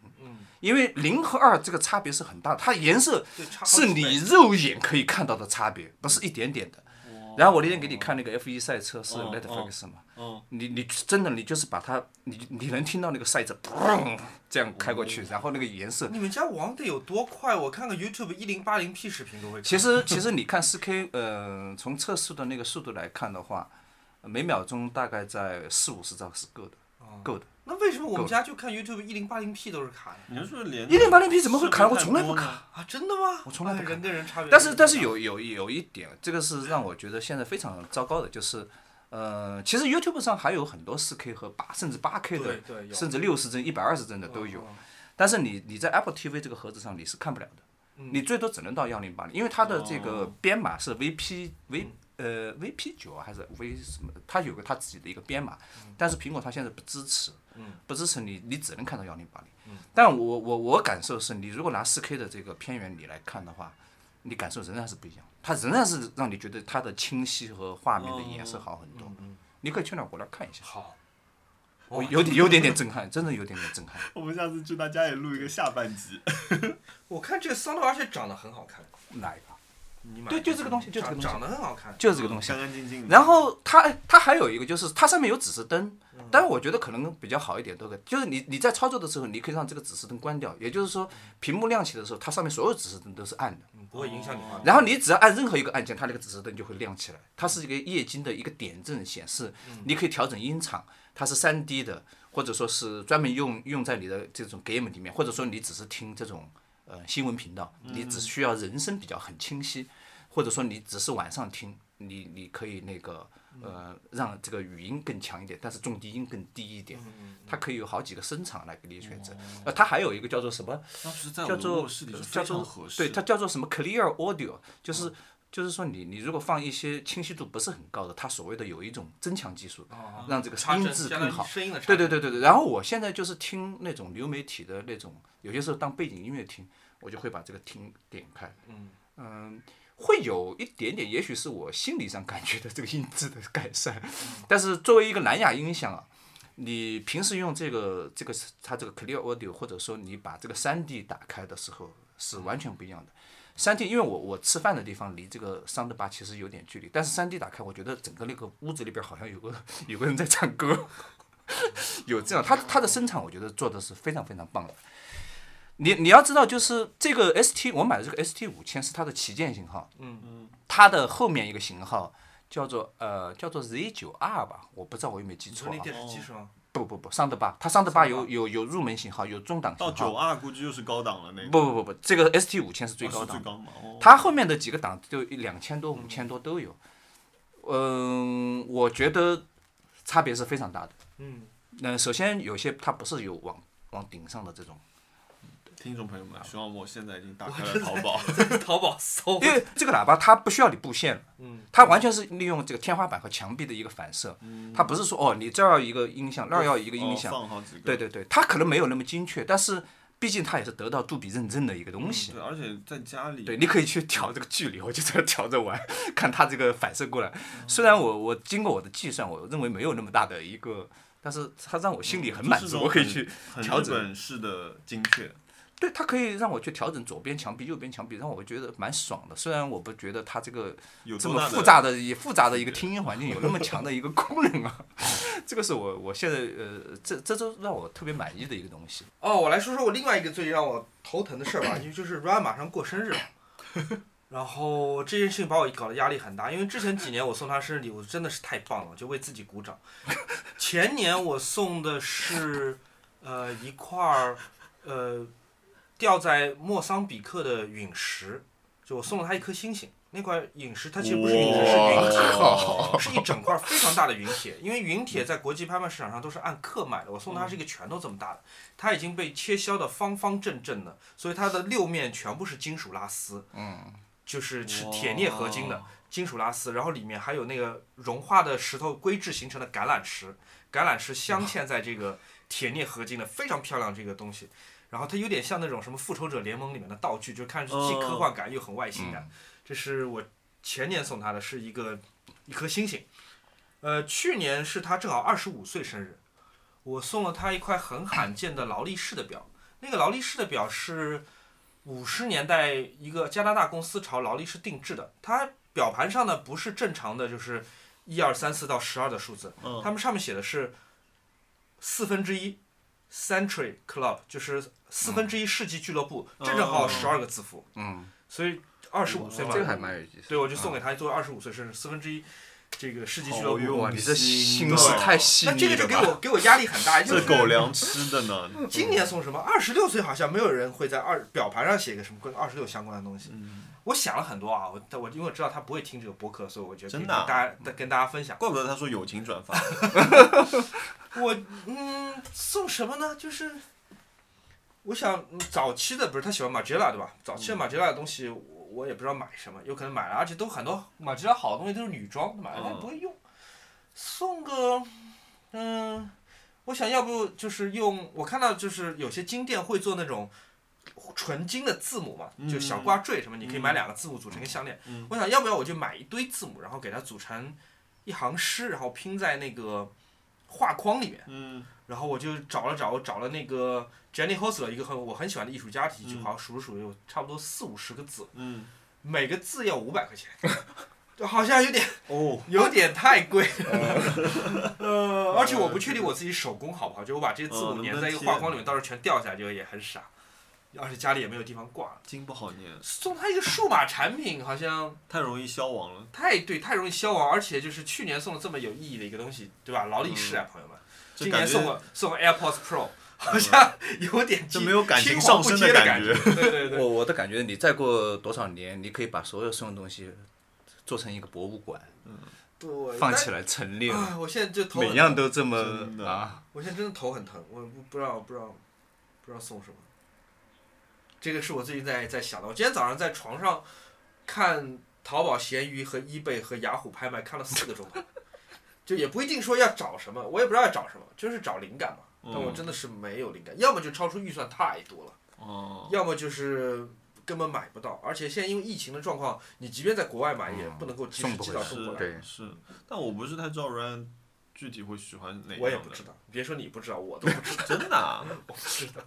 D: 因为零和二这个差别是很大，它颜色
C: 对差好
D: 是
C: 几倍
D: 你肉眼可以看到的差别，不是一点点的。然后我那天给你看那个 F 1赛车是
B: 嗯
D: Netflix 嘛，
B: 嗯
D: 你你真的你就是把它，你你能听到那个赛车砰这样开过去，然后那个颜色
C: 你们家网得有多快？我看个 YouTube 一零八零 P 视频都会看。
D: 其实 <laughs> 其实你看四 K，呃，从测试的那个速度来看的话，每秒钟大概在四五十兆是够的，
C: 哦
D: 够的。
C: 那为什么我们家就看 YouTube 一零八零 P 都是卡呀？
B: 你是不是连
D: 一零八零 P 怎么会
B: 设备
D: 卡？我
B: 太
D: 从来
B: 多
D: 不
B: 呢
D: 卡。
C: 啊，真的吗？
D: 我从来不
C: 哎
D: 看
C: 人跟人差别。
D: 但是但是有有有一点，这个是让我觉得现在非常糟糕的，就是，呃，其实 YouTube 上还有很多四 K 和八甚至八 K 的
C: 对对，有哦
D: 甚至六十帧、一百二十帧的都有。但是你你在 Apple TV 这个盒子上你是看不了的，你最多只能到幺零八零，因为它的这个编码是 VP V 呃 VP 九还是 V 什么，它有个它自己的一个编码，但是苹果它现在不支持，不支持你你只能看到幺零八零。但我我我感受是你如果拿四 K 的这个片源你来看的话，你感受仍然是不一样，它仍然是让你觉得它的清晰和画面的颜色好很多。你可以去那我那看一下，
C: 好，
D: 我有点有点点震撼，真的有点点震撼。
B: 我们下次去他家里录一个下半集。
C: 我看这个桑德而且长得很好看，
D: 哪一个？
C: 你买
D: 对就这个东西
C: 长
D: 就这个东西
C: 长得很好看。
D: <laughs> 就是这个东西啊
B: 干。干净净的。
D: 然后它哎它还有一个就是它上面有指示灯，但是我觉得可能比较好一点，都可以就是你你在操作的时候，你可以让这个指示灯关掉，也就是说屏幕亮起的时候，它上面所有指示灯都是暗的，
C: 嗯不会影响你画面。
D: 然后你只要按任何一个按键，它那个指示灯就会亮起来。它是一个液晶的一个点阵显示，你可以调整音场，它是3 D 的，或者说是专门用用在你的这种 game 里面，或者说你只是听这种呃新闻频道，你只需要人声比较很清晰，或者说你只是晚上听，你你可以那个呃让这个语音更强一点，但是重低音更低一点，它可以有好几个声场来给你选择。呃，它还有一个叫做什么？
B: 哦当时在我
D: 叫
B: 的
D: 做呃
B: 卧室里是
D: 叫
B: 非常
D: 做
B: 合适
D: 对
B: 的。嗯
D: 它叫做什么 Clear Audio，就是就是说你你如果放一些清晰度不是很高的，它所谓的有一种增强技术，
C: 哦
D: 让这个
C: 插
D: 音
C: 针
D: 质
C: 相
D: 更
C: 当于
D: 好。
C: 声音的插
D: 对对
C: 针
D: 对对对。然后我现在就是听那种流媒体的那种，有些时候当背景音乐听，我就会把这个听点开。
C: 嗯
D: 嗯会有一点点，也许是我心理上感觉的这个音质的改善，
C: 嗯
D: 但是作为一个蓝牙音响啊，你平时用这个这个它这个 Clear Audio，或者说你把这个3 D 打开的时候是完全不一样的。3 D，因为我我吃饭的地方离这个 Sound Bar 其实有点距离，但是3 D 打开，我觉得整个那个屋子里边好像有个有个人在唱歌， <laughs> 有这样，它它的声场我觉得做的是非常非常棒的。你你要知道，就是这个 ST，我买的这个 ST 五千是它的旗舰型号，
C: 嗯
D: 嗯，它的后面一个型号叫做呃叫做 Z 九 R 吧，我不知道我有没有记
C: 你
D: 错
C: 说
D: 啊
C: 那。电视机是吗？
D: 不不不，上的吧，它上的吧
C: Sound
D: 有
C: Bar
D: 有有入门型号，有中档
B: 到
D: 型
B: 九
D: 号。
B: 二估计就是高档了那个，
D: 不不不不，这个 ST 五千是最
B: 哦
D: 高
B: 是
D: 档
B: 最
D: 的，
B: 高嘛，哦
D: 它后面的几个档就两千多、五千多都有。嗯，我觉得差别是非常大的。
C: 嗯，
D: 那首先有些它不是有往往顶上的这种，
B: 听众朋友们，徐小莫现在已经打开了淘宝，
D: 哦
C: <laughs> 淘宝搜，
D: 因为这个喇叭它不需要你布线了。
C: 嗯，
D: 它完全是利用这个天花板和墙壁的一个反射，它不是说哦，你这儿要一个音响，那儿要一个音响，
B: 哦放好几个，
D: 对对对，它可能没有那么精确，但是毕竟它也是得到杜比认证的一个东西，
B: 对，而且在家里，
D: 对，你可以去调这个距离，我就在这调着玩，看它这个反射过来。虽然我我经过我的计算，我认为没有那么大的一个，但是它让我心里很满
C: 嗯
B: 这是
D: 足，
B: 种
D: 我可以
B: 很
D: 去
B: 很
D: 调
B: 日
D: 整
B: 本式的精确，
D: 对，它可以让我去调整左边墙壁、右边墙壁，让我觉得蛮爽的。虽然我不觉得它这个
B: 有
D: 这
B: 多
D: 么
B: 大
D: 复
B: 的
D: 杂的、也复杂的一个听音环境有那么强的一个功能
C: <laughs>
D: 啊，这个是我我现在呃，这这都让我特别满意的一个东西。
C: 哦，我来说说我另外一个最让我头疼的事儿吧，因为就是 Ryan 马上过生日了，然后这件事情把我搞得压力很大，因为之前几年我送他生日礼物真的是太棒了，就为自己鼓掌。前年我送的是呃一块儿呃掉在莫桑比克的陨石，就我送了他一颗星星，那块陨石它其实不是陨石，是云铁。
B: 哇
C: 是一整块非常大的云铁，因为云铁在国际拍卖市场上都是按克买的，我送它是一个拳头这么大的，它已经被切削的方方正正的，所以它的六面全部是金属拉丝，
D: 嗯，
C: 就是是铁镍合金的金属拉丝，然后里面还有那个融化的石头硅质形成的橄榄石，橄榄石镶嵌在这个铁镍合金的非常漂亮这个东西，然后它有点像那种什么复仇者联盟里面的道具，就看上去既科幻感又很外星感。这是我前年送他的，是一个一颗星星。呃，去年是他正好二十五岁生日，我送了他一块很罕见的劳力士的表。那个劳力士的表是五十年代一个加拿大公司朝劳力士定制的，它表盘上呢不是正常的，就是一二三四到十二的数字，
B: 嗯
C: 他们上面写的是四分之一 Century Club，就是四分之一世纪俱乐部，这正好十二个字符，
D: 嗯，
C: 所以二十五岁嘛，
D: 哦这个还蛮有意思。
C: 对，我就送给他作为二十五岁生日四分之一这个世纪俱乐
B: 啊好用
C: 部。
D: 哇，哦你这
B: 心
D: 心思
B: 的
D: 太细腻
C: 那
D: 了吧。
C: 这个就给我给我压力很大，就
B: 这
C: 是
B: 狗粮吃的呢，
C: 今年送什么？二十六岁好像没有人会在二表盘上写个什么跟二十六相关的东西。
B: 嗯
C: 我想了很多啊，我但我因为我知道他不会听这个播客，所以我觉得可
B: 真
C: 以跟
B: 的啊
C: 大家再跟大家分享。
B: 嗯怪不得他说友情转
C: <laughs>
B: 发，
C: 我嗯，送什么呢？就是我想嗯早期的不是他喜欢马吉拉对吧？早期的马吉拉的东西我，我也不知道买什么，有可能买了，而且都很多马吉拉好的东西都是女装，买了她也不会用。送个嗯，我想要不就是用我看到就是有些金店会做那种。纯金的字母嘛，就小挂坠什么，你可以买两个字母组成一个项链。
B: 嗯
C: 我想要不要我就买一堆字母，然后给它组成一行诗，然后拼在那个画框里面。
B: 嗯，
C: 然后我就找了找，我找了那个 Jenny Hostler 一个很我很喜欢的艺术家题去，
B: 嗯
C: 好像数了数有差不多四五十个字，
B: 嗯，
C: 每个字要五百块钱，就好像有点
B: 哦，
C: 有点太
B: <laughs>
C: 贵了。呃，而且我
B: 哦
C: 不确定我自己手工好不好，就我把这些字
B: 呃能
C: 母
B: 不
C: 粘
B: 能
C: 在一个
B: 贴
C: 画框里面，到时候全掉下来就也很傻，而且家里也没有地方挂。
B: 经不好念，
C: 送他一个数码产品好像
B: 太容易消亡了。
C: 太对太容易消亡，而且就是去年送了这么有意义的一个东西，对吧？劳力士啊，朋友们，
B: 这
C: 今
B: 嗯感
C: 年
B: 觉
C: 送个送个 AirPods Pro，好像有点
B: 这
C: 激
B: 没有感情
C: 青
B: 上
C: 黄不
B: 升
C: 接的
B: 感
C: 觉。
B: 觉，
C: 对对对，
D: 我我的感觉，你再过多少年，你可以把所有送的东西做成一个博物馆，
C: 对
D: 放起来陈列
C: 但。，啊，我现在就头很
D: 每样都这么
B: 真的
D: 啊。
C: 我现在真的头很疼，我不不知道不知道不知道送什么。这个是我最近在在想的。我今天早上在床上看淘宝、闲鱼和 eBay 和雅虎拍卖看了四个钟头，就也不一定说要找什么，我也不知道要找什么，就是找灵感嘛。
D: 嗯
C: 但我真的是没有灵感，要么就超出预算太多了，
D: 哦
B: 嗯，
C: 要么就是根本买不到。而且现在因为疫情的状况，你即便在国外买，也不能够及
D: 嗯
C: 时
D: 送不
C: 寄
D: 回
C: 到
D: 来
C: 中国来。
D: 对
B: 是，但我不是太知道 Ryan 具体会喜欢哪样的，
C: 我也不知道，别说你不知道，我都不知道，
B: 真的啊、
C: <laughs> 我不知道，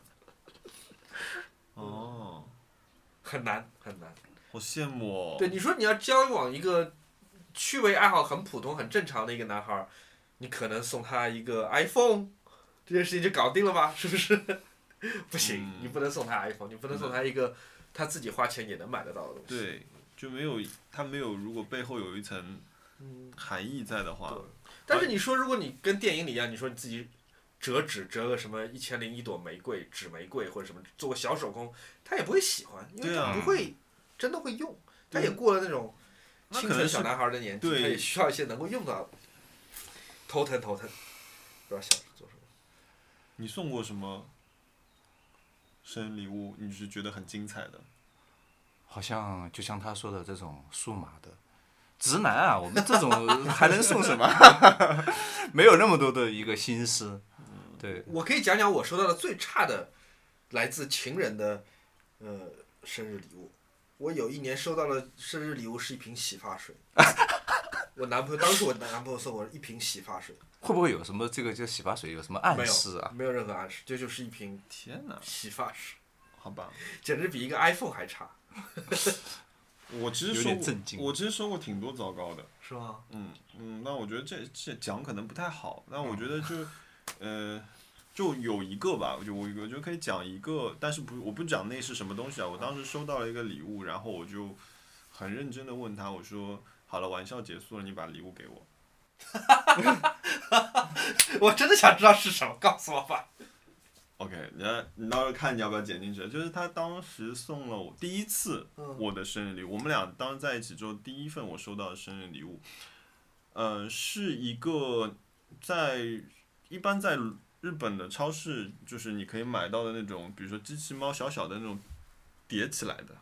B: 哦，
C: 很难很难。
B: 好羡慕哦。
C: 对，你说你要交往一个趣味爱好很普通、很正常的一个男孩儿，你可能送他一个 iPhone，这件事情就搞定了吧？ <laughs> 是不是？不行，
B: 嗯
C: 你不能送他 iPhone，你不能送他一个他自己花钱也能买得到的东西。
B: 对，就没有他没有，如果背后有一层
C: 嗯，
B: 含义在的话
C: 对，但是你说，如果你跟电影里一样，你说你自己折纸折个什么一千零一朵玫瑰、纸玫瑰或者什么，做个小手工，他也不会喜欢，因为
B: 对啊
C: 他不会、真的会用，他也过了那种
B: 那
C: 清
B: 可能
C: 纯
B: 是
C: 小男孩的年纪，
B: 对
C: 他也需要一些能够用到的。头疼头疼，不知道想做什么。
B: 你送过什么生日礼物？你是觉得很精彩的？
D: 好像就像他说的这种数码的直男啊，我们这种
B: <laughs>
D: 还能送什么？ <laughs> 没有那么多的一个心思。对，
C: 我可以讲讲我收到的最差的来自情人的呃生日礼物。我有一年收到了生日礼物是一瓶洗
B: <laughs>
C: 发水，我男朋友当时我男朋友送我一瓶洗发水，
D: 会不会有什么这个叫洗发水有什么
C: 没
D: 暗示
C: 有
D: 啊？
C: 没有任何暗示，这就是一瓶
B: 天哪！
C: 洗发水，
B: 好吧，
C: 简直比一个 iPhone 还差，
B: 我其实
D: 有
B: 收
D: 点
B: 过
D: 震惊
B: 我其实收过挺多糟糕的。
C: 是吗？
B: 嗯嗯，那我觉得这这讲可能不太好，那我觉得就，呃，就有一个吧，我就我我觉得可以讲一个，但是不我不讲那是什么东西啊，我当时收到了一个礼物，然后我就很认真的问他，我说好了，玩笑结束了，你把礼物给我，
C: <laughs> 我真的想知道是什么，告诉我吧。
B: OK，你要你到时候看你要不要剪进去。就是他当时送了我第一次
C: 嗯
B: 我的生日礼物，我们俩当时在一起之后，第一份我收到的生日礼物，呃，是一个在一般在日本的超市，就是你可以买到的那种，比如说机器猫小小的那种叠起来的，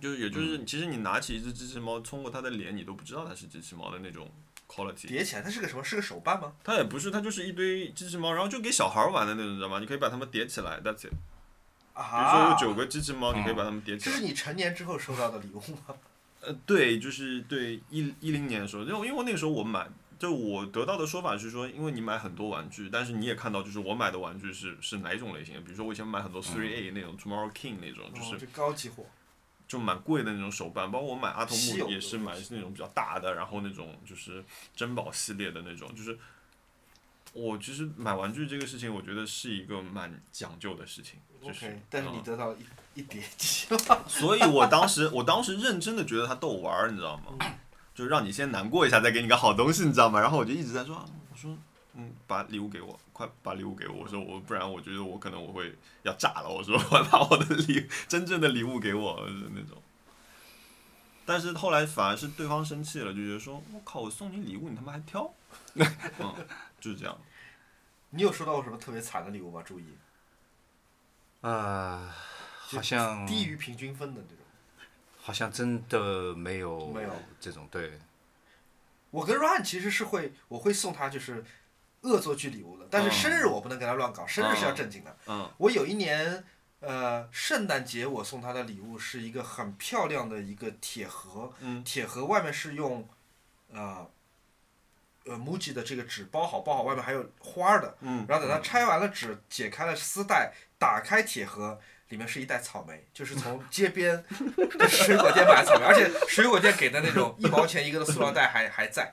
B: 就是也就是其实你拿起一只机器猫，通过它的脸，你都不知道它是机器猫的那种 quality。
C: 叠起来，它是个什么？是个手办吗？
B: 它也不是，它就是一堆机器猫，然后就给小孩儿玩的那种，你知道吗？你可以把它们叠起来，that's it。比如说
C: 啊嗯
B: 有，九个机器猫，你可以把它们叠起
C: 这
B: 来
C: 是。你成年之后收到的礼物吗？
B: 呃，对，就是对一一零年的时候，因为因为我那个时候我买，就我得到的说法是说，因为你买很多玩具，但是你也看到，就是我买的玩具是是哪一种类型的，比如说我以前买
C: 嗯
B: 很多 Three A 那种、Tomorrow King 那 <laughs> 种，就
C: 哦
B: 是
C: 这高级货。
B: 就蛮贵的那种手办，包括我买阿童
C: 稀有
B: 木
C: 的
B: 也是买那种比较大的，然后那种就是珍宝系列的那种，就是我其实买玩具这个事情，我觉得是一个蛮讲究的事情，就是
C: OK，但是你
B: 嗯
C: 得到了一、一叠鸡，
B: 所以我当时，我当时认真的觉得他逗我玩儿，你知道吗？就让你先难过一下，再给你个好东西，你知道吗？然后我就一直在说，啊我说，嗯，把礼物给我，快把礼物给我，我说我不然我觉得我可能我会要炸了，我说快把我的礼真正的礼物给我就是那种。但是后来反而是对方生气了，就觉得说，我靠，我送你礼物，你他妈还挑， <laughs> 嗯，就是这样。
C: <laughs> 你有收到过什么特别惨的礼物吗？注意，
D: 呃，
C: 就
D: 好像
C: 低于平均分的这种。
D: 好像真的没有
C: 没有
D: 这种对，
C: 我跟 Ryan 其实是会，我会送他就是恶作剧礼物的，但是
B: 嗯
C: 生日我不能给他乱搞，生日是要
B: 嗯
C: 正经的。
B: 嗯
C: 我有一年，呃，圣诞节我送他的礼物是一个很漂亮的一个铁盒，
B: 嗯
C: 铁盒外面是用，呃，呃 MUJI 的这个纸包好，包好外面还有花儿的，
B: 嗯，
C: 然后等他拆完了纸，解开了丝带，打开铁盒，里面是一袋草莓，就是从街边的水果店买的草莓，而且水果店给的那种一毛钱一个的塑料袋还还在。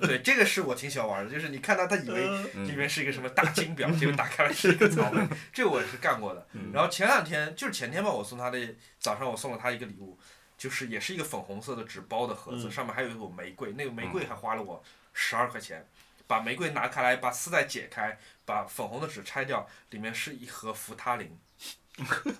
C: 对，这个是我挺喜欢玩的，就是你看到他以为
B: 呃嗯
C: 里面是一个什么大金表，结果打开来是一个草莓，这我也是干过的。
B: 嗯
C: 然后前两天就是前天吧，我送他的早上我送了他一个礼物，就是也是一个粉红色的纸包的盒子，
B: 嗯
C: 上面还有一朵玫瑰，那个玫瑰还花了我十二块钱。把玫瑰拿开来，把丝带解开，把粉红的纸拆掉，里面是一盒扶他林，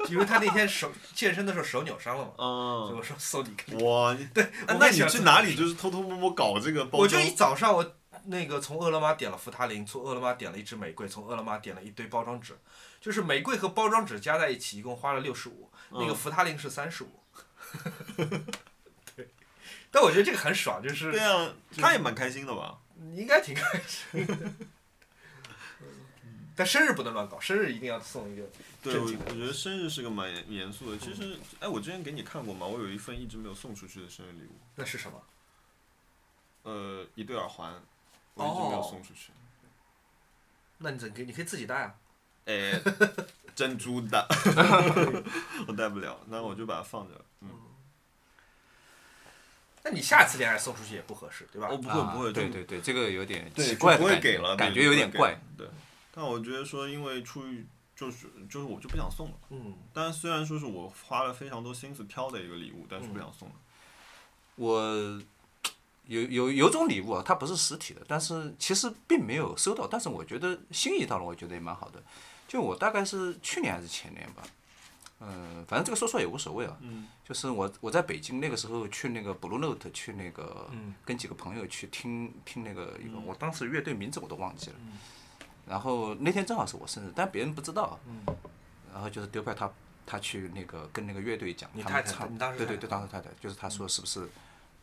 C: 因为他那天手健身的时候手扭伤了嘛，所以
B: 嗯，
C: 我说送你一个。
B: <laughs> 哇，你
C: 对，我
B: 那
C: 会
B: 你
C: 喜欢
B: 去
C: 送
B: 哪里就是偷偷摸摸搞这个包装？
C: 我就一早上我那个从饿了么点了扶他林，从饿了么点了一支玫瑰，从饿了么点了一堆包装纸，就是玫瑰和包装纸加在一嗯起一共花了六十五，那个
B: 嗯
C: 扶他林是三十五。对，但我觉得这个很爽，就是
B: 对啊，他也蛮开心的吧？
C: 你应该挺开心的。但生日不能乱搞，生日一定要送一个
B: 对，我
C: 正经的
B: 我觉得生日是个蛮严肃的。其实，哎，我之前给你看过嘛，我有一份一直没有送出去的生日礼物，
C: 那是什么？
B: 呃，一对耳环，我一直没有送出去。
C: 那你怎给？你可以自己戴啊。
B: 哎，珍珠的，我戴不了，那我就把它放着。嗯，
C: 那你下次恋爱送出去哦也不合适，对吧？
B: 我不会
D: 啊
B: 不会，
D: 对
B: 就
D: 对对，这个有点
B: 对，
D: 奇
B: 就
D: 怪的
B: 不会
D: 感
B: 给
D: 觉，
B: 了，
D: 感
B: 对
D: 觉有
B: 就
D: 点
B: 不会
D: 怪
B: 给了。对，但我觉得说，因为出于就是就是我就不想送了。
C: 嗯，
B: 但虽然说是我花了非常多心思挑的一个礼物，但是不想送了。
D: 我有有有种礼物啊，它不是实体的，但是其实并没有收到，但是我觉得心意到了，我觉得也蛮好的。就我大概是去年还是前年吧，嗯，反正这个说出来也无所谓啊。
B: 嗯
D: 就是我我在北京那个时候去那个 Blue Note 去那个、
C: 嗯
D: 跟几个朋友去听听那个一个，我当时乐队名字我都忘记了。
C: 嗯
D: 然后那天正好是我生日，但别人不知道。
C: 嗯
D: 然后就是丢派他他去那个跟那个乐队讲，
C: 你
D: 他们
C: 太太
D: 唱
C: 你当时
D: 对
C: 太
D: 对
C: 太
D: 对，
C: 嗯
D: 当时太太就是他说是不是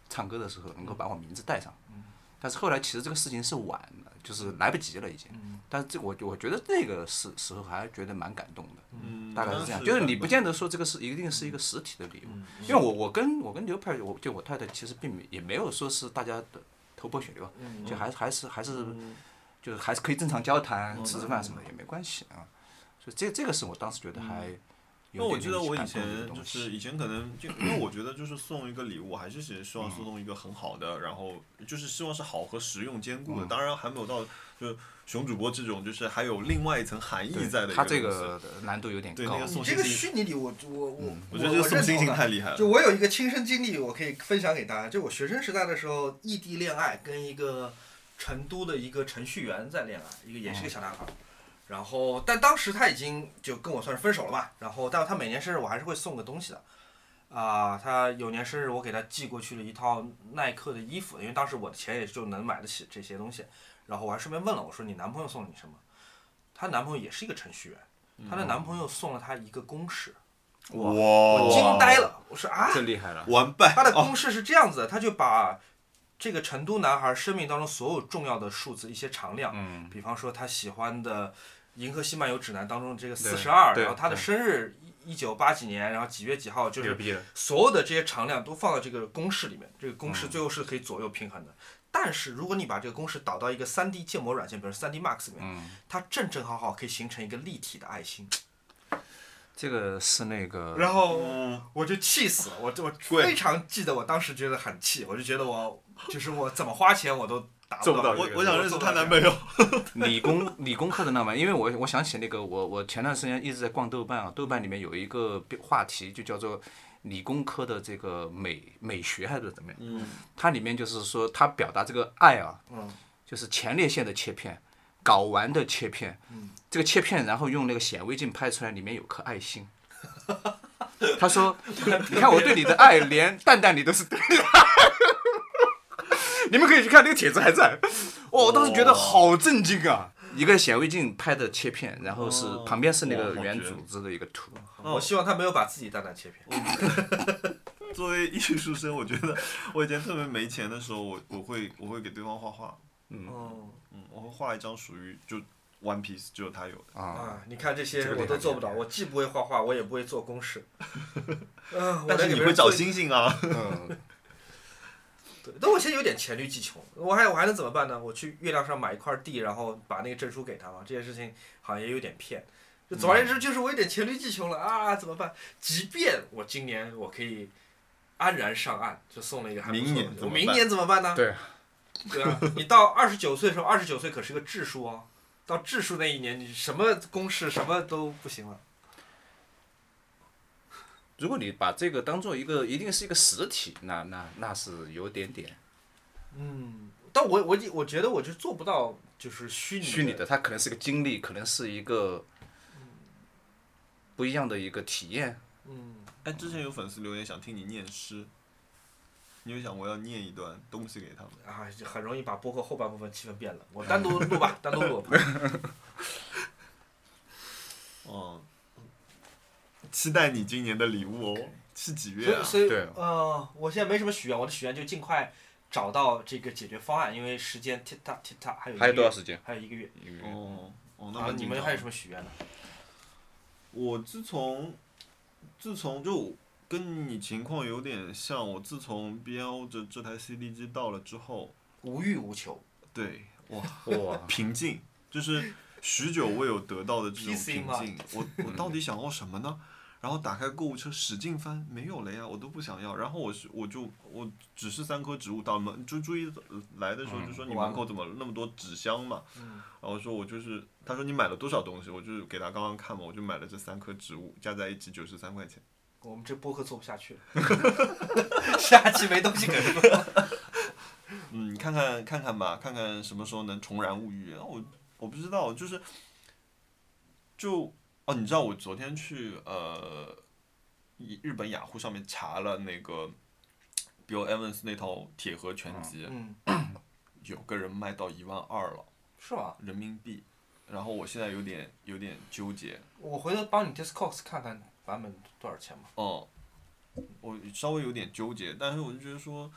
D: 唱歌的时候能够把我名字带上。但是后来其实这个事情是晚了，就是来不及了已经。
C: 嗯
D: 但是这我我觉得那个时时候还觉得蛮感动的。
B: 嗯
D: 大概是这样，就是你不见得说这个是一定是一个实体的礼物，
B: 嗯
D: 因为我我跟我跟刘派，我就我太太其实并没也没有说是大家的头破血流，
B: 嗯
D: 就还还是还是就是还是可以正常交
B: 嗯
D: 谈、吃吃饭什么的也没关系啊，所以这这个是我当时觉得还
B: 因为
D: 有
B: 嗯我
D: 点
B: 记得我以
D: 感动的
B: 前
D: 东
B: 就是
D: 西，
B: 以前可
D: <clears throat>
B: 能就因为我觉得就是送一个礼物，我还是希
D: 嗯
B: 希望送一个很好的，然后就是希望是好和实用兼
D: 嗯
B: 顾的。当然还没有到就是熊主播这种，就是还有另外一层含义在的一个东西。
D: 他这个难度有点
B: 对
D: 高
B: 那，个
C: 你
B: 送
C: 这
B: 心
C: 个
B: 情，
C: 虚拟礼物，我我
B: 嗯我觉得这个送心情
C: 认同的
B: 太厉害了。
C: 就我有一个亲身经历，我可以分享给大家。就我学生时代的时候，异地恋爱，跟一个成都的一个程序员在恋爱，一个也是个小男孩儿。然后，但当时他已经就跟我算是分手了吧。然后，但他每年生日我还是会送个东西的。啊、他有年生日我给他寄过去了一套耐克的衣服，因为当时我的钱也就能买得起这些东西。然后我还顺便问了，我说你男朋友送了你什么？她男朋友也是一个程序员，她的男朋友送了她一个公式，我惊呆了，我说啊，
D: 这厉害了，
B: 完哦败
C: 他的公式是这样子的，他就把这个成都男孩生命当中所有重要的数字一些常量，
D: 嗯，
C: 比方说他喜欢的《银河系漫游指南》当中的这个
D: 对
C: 四十二，
D: 对
C: 然后他的
D: 对
C: 生日一九八几年，然后几月几号，就是
D: 逼了，
C: 所有的这些常量都放到这个公式里面，这个公
D: 嗯
C: 式最后是可以左右平衡的。但是如果你把这个公式导到一个3 D 建模软件，比如3 D Max 里面，
D: 嗯，
C: 它正正好好可以形成一个立体的爱心。
D: 这个是那个，
C: 然后
B: 嗯
C: 我就气死了，我我
B: 贵
C: 非常记得我当时觉得很气，我就觉得我就是我怎么花钱我都达不
D: 做不到
C: 到。
D: 这
B: 我
D: 个
B: 我想认识
C: 做不
B: 她
C: 到
B: 男
C: 这
B: 朋
C: 样
B: 友。
D: 理工 <laughs> 理工科的浪漫，因为我我想起那个我我前段时间一直在逛豆瓣啊，豆瓣里面有一个标话题就叫做理工科的这个美美学还是怎么样，
B: 嗯，
D: 它里面就是说它表达这个爱啊，
C: 嗯
D: 就是前列腺的切片，睾丸的切片，
B: 嗯
D: 这个切片然后用那个显微镜拍出来，里面有颗爱心。他说：“你看我对你的爱，连蛋蛋你都是对的爱。 <laughs> 你们可以去看那个帖子还在。哇，我当时觉得好震惊啊！一个显微镜拍的切片，然后是
B: 哦
D: 旁边是那个
B: 哇好
D: 圆
B: 绝
D: 组织的一个图。
C: 我希望他没有把自己蛋蛋切片。
B: 作为艺术生，我觉得我以前特别没钱的时候，我我会我会给对方画画，
C: 哦
B: 嗯，我会画一张属于就 One Piece 只有他有的。
D: 啊，
C: 啊，你看这些
D: 这个厉
C: 我
D: 害
C: 都做不
D: 厉害
C: 到，我既不会画画，我也不会做
B: <laughs>
C: 公式。嗯，我
B: 但是
C: 能给
B: 你
C: 别
B: 会
C: 人
B: 找
C: 做
B: 星星啊？
D: 嗯，
C: 对，但我现在有点黔驴技穷，我还我还能怎么办呢？我去月亮上买一块地，然后把那个证书给他嘛，这件事情好像也有点骗。就总而言之，就是我有点黔驴技穷了啊，怎么办？即便我今年我可以安然上岸，就送了一个还不错的
B: 明年
C: 东西
B: 怎
C: 我
B: 么
C: 明
B: 办
C: 年怎么办呢？
D: 对，
C: 对啊，你到二十九岁的时候，二十九岁可是个质数哦。到质数那一年，你什么公式什么都不行了。
D: 如果你把这个当做一个一定是一个实体，那那那是有点点
C: 嗯，但我我我觉得我就做不到，就是虚拟
D: 虚拟的，它可能是个经历，可能是一个不一样的一个体验。
C: 嗯，
B: <laughs> 哎，之前有粉丝留言想听你念诗，你有想过要念一段东西给他们？
C: 啊，就很容易把播客后半部分气氛变了。我单独录吧，单独录吧。
B: 嗯，期待你今年的礼物哦。是几
F: 所
B: 月
F: 以
B: 啊？
F: 所以
D: 对
F: 呃，我现在没什么许愿，我的许愿就尽快找到这个解决方案，因为时间踢踏踢踏还有一个
D: 还有多
F: 月
D: 少时间？
F: 还有一个
D: 嗯
F: 月
B: 哦哦，那
F: 啊
B: 么！
F: 你们还有什么许愿呢？
B: 我自从自从就跟你情况有点像，我自从 BO 这这台 CD 机到了之后，
F: 无欲无求，
B: 对哇，
D: 哇，
B: 平静，就是许久未有得到的这种
F: PC
B: 平
F: 嘛
B: 静。我我到底想要什么呢？然后打开购物车使劲翻，没有了呀，我都不想要。然后我是我就我只是三棵植物到门，就注意来的时候就说你门口怎么那么多纸箱嘛？然后说我就是，他说你买了多少东西？我就是给他刚刚看嘛，我就买了这三棵植物，加在一起九十三块钱。
F: 我们这播客做不下去了， <laughs> 下期没东西可说。
B: 嗯，看看看看吧，看看什么时候能重燃物欲。我我不知道，就是就哦，你知道我昨天去呃，以日本雅虎上面查了那个 Bill Evans 那套《铁盒全集》
F: 嗯，
B: 有个人卖到一万二了
F: 是吗？
B: 人民币，然后我现在有点有点纠结。
F: 我回头帮你 Discogs 看看版本多少钱吧。
B: 哦，我稍微有点纠结，但是我就觉得说，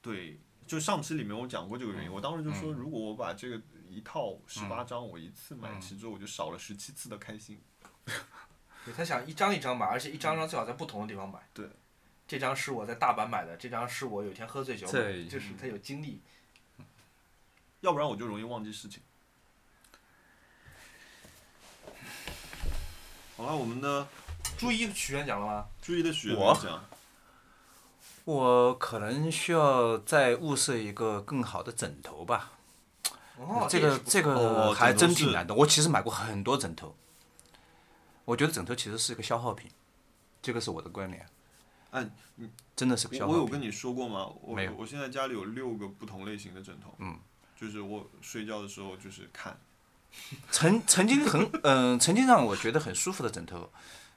B: 对，就上期里面我讲过这个原因，我当时就
D: 嗯
B: 说，如果我把这个一套十八张我一次买
D: 嗯
B: 齐之后，我就少了十七次的开心。
F: 对他想一张一张买，而且一张张最好在不同的地方买。
B: 对，
F: 这张是我在大阪买的，这张是我有一天喝醉酒买的，
D: 对
F: 就是他有经历。
B: 要不然我就容易忘记事情。好了，我们的
F: 注意许愿奖了吗？
B: 注意的许愿
D: 我
B: 奖，
D: <laughs> 我可能需要再物色一个更好的枕头吧。
F: 哦，
D: 这
F: 也
D: 个
F: 是不
D: 这
B: 哦
D: 个还
B: 枕头
D: 真挺
B: 是
D: 难的。我其实买过很多枕头，我觉得枕头其实是一个消耗品，这个是我的观点。
B: 哎，
D: 嗯真的是个消
B: 我
D: 耗
B: 我
D: 品。
B: 有跟你说过吗？我
D: 没有
B: 我现在家里有六个不同类型的枕头，
D: 嗯，
B: 就是我睡觉的时候就是看，
D: 曾曾经很嗯、曾经让我觉得很舒服的枕头，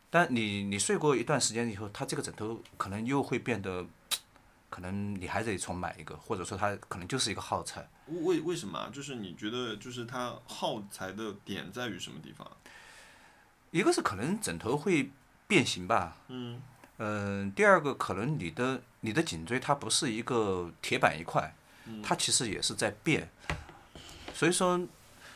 D: 但你你睡过一段时间以后，它这个枕头可能又会变得，可能你还得重买一个，或者说它可能就是一个耗材。
B: 为为什么啊？就是你觉得就是它耗材的点在于什么地方啊？
D: 一个是可能枕头会变形吧，
B: 嗯
D: 嗯、第二个可能你的你的颈椎它不是一个铁板一块，它其实也是在变，所以说。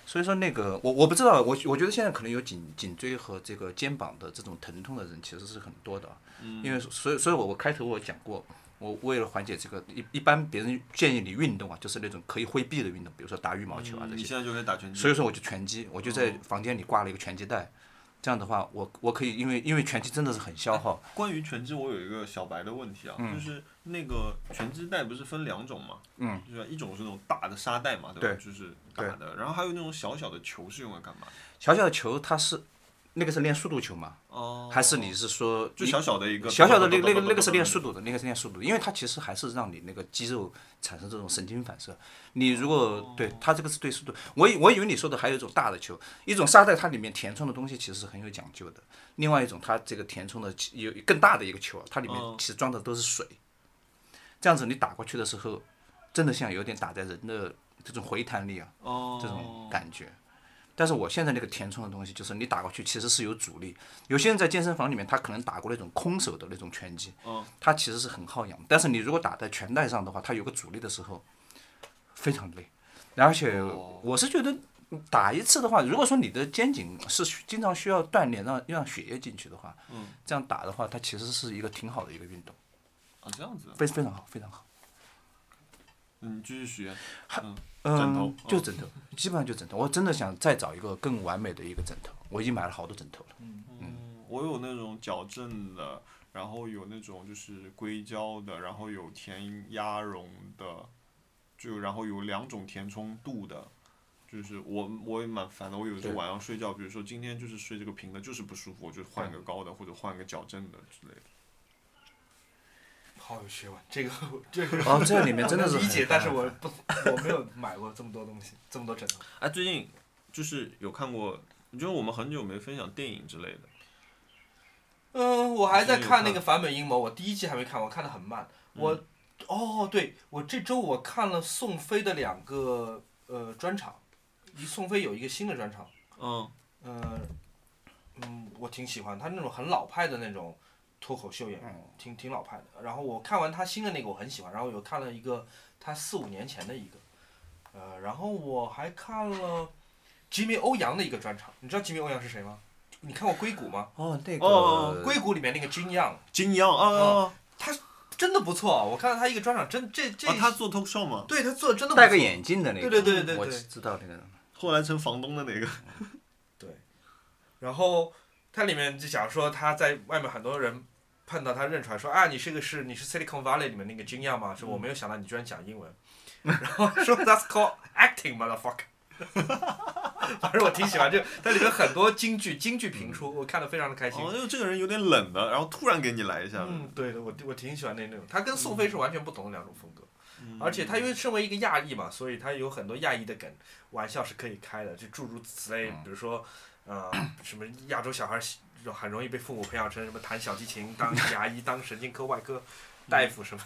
D: 所以说那个我我不知道，我我觉得现在可能有颈颈椎和这个肩膀的这种疼痛的人其实是很多的啊，因为所以所以我我开头我讲过，我为了缓解这个一一般别人建议你运动啊，就是那种可以挥臂的运动，比如说打羽毛球啊这
B: 你
D: 些，
B: 现在就可以打拳击。
D: 所以说我就拳击，我就
B: 哦
D: 在房间里挂了一个拳击带，这样的话我我可以因为因为拳击真的是很消耗，
B: 关于拳击，我有一个小白的问题啊，就是那个拳击带不是分两种嘛？
D: 嗯，
B: 就是一种是那种大的沙袋嘛，对吧？
D: 对
B: 就是打的，然后还有那种小小的球是用来干嘛的？
D: 小小的球它是那个是练速度球嘛，
B: 哦，
D: 还是你是说
B: 就
D: 你
B: 小小的一个
D: 小小的那个那个那个是练速度的，那个是练速度的，因为它其实还是让你那个肌肉产生这种神经反射。你如果对它这个是对速度，我以我以为你说的还有一种大的球，一种沙袋它里面填充的东西其实是很有讲究的，另外一种它这个填充的其有更大的一个球，啊它里面
B: 嗯
D: 其实装的都是水，这样子你打过去的时候，真的像有点打在人的这种回弹力啊，
B: 哦，
D: 这种感觉。但是我现在那个填充的东西，就是你打过去其实是有阻力。有些人在健身房里面，他可能打过那种空手的那种拳击，他其实是很耗氧。但是你如果打在拳带上的话，它有个阻力的时候，非常累。而且我是觉得打一次的话，如果说你的肩颈是需经常需要锻炼，让让血液进去的话，这样打的话，它其实是一个挺好的一个运动，
B: 啊，这样子啊，
D: 非非常好，非常好。
B: 嗯，继续许愿，嗯，枕头
D: 嗯，就枕头，基本上就枕头。我真的想再找一个更完美的一个枕头，我已经买了好多枕头了。
C: 嗯
B: 我有那种矫正的，然后有那种就是硅胶的，然后有填鸭绒的，就然后有两种填充度的，就是我我也蛮烦的。我有时候晚上睡觉，比如说今天就是睡这个平的，就是不舒服，我就换个高的或者换个矫正的之类的。
F: 好有学问， <laughs> 这个这个
D: 哦，这里面真的是
F: 我能理
D: 很
F: 解，
D: 大
F: 但是我不 <laughs> 我没有买过这么多东西，这么多枕头。
B: 哎、最近就是有看过，就是我们很久没分享电影之类的。
F: <laughs> 嗯，我还在
B: 你是有
F: 看那
B: 看
F: 个《梵本阴谋》，我第一季还没看，我看的很慢。我、哦，对，我这周我看了宋飞的两个呃专场，一宋飞有一个新的专场，
B: 嗯
F: 呃，嗯，我挺喜欢他那种很老派的那种
C: 脱口秀演员，挺挺老派的。然后我看完他新的那个我很喜欢，然后有看了一个他四五年前的一个，呃，然后我还看了吉米欧阳的一个专场。你知道吉米欧阳是谁吗？你看过《硅谷》吗？
D: 哦，那
B: 哦哦
D: 个
C: 《硅谷》里面那个金样
B: 金央啊
C: 嗯
B: 啊啊
C: 真的不错，啊我看到他一个专场，真这这、
B: 啊！他做 talk show 嘛，
C: 对他做的真的不错啊
D: 戴个眼镜的那个，
C: 对对对对对
D: 我知道那个。
B: 后来成房东的那个，
C: 对，然后它里面就讲说他在外面很多人碰到他认出来说啊，你是个是你是 Silicon Valley 里面那个惊讶吗？说我没有想到你居然讲英文， <laughs> 然后说 That's called acting motherfucker。反正我挺喜欢这，它里面很多京剧京剧评书，我看的非常的开心。
B: 哦，就这个人有点冷的，然后突然给你来一下，
C: 嗯，对的，我我挺喜欢那那种，他跟宋飞是完全不同的两种风格，而且他因为身为一个亚裔嘛，所以他有很多亚裔的梗，玩笑是可以开的，就诸如此类，比如说，呃，什么亚洲小孩喜很容易被父母培养成什么弹小提琴、 <laughs> 当牙医、当神经科外科大夫什么，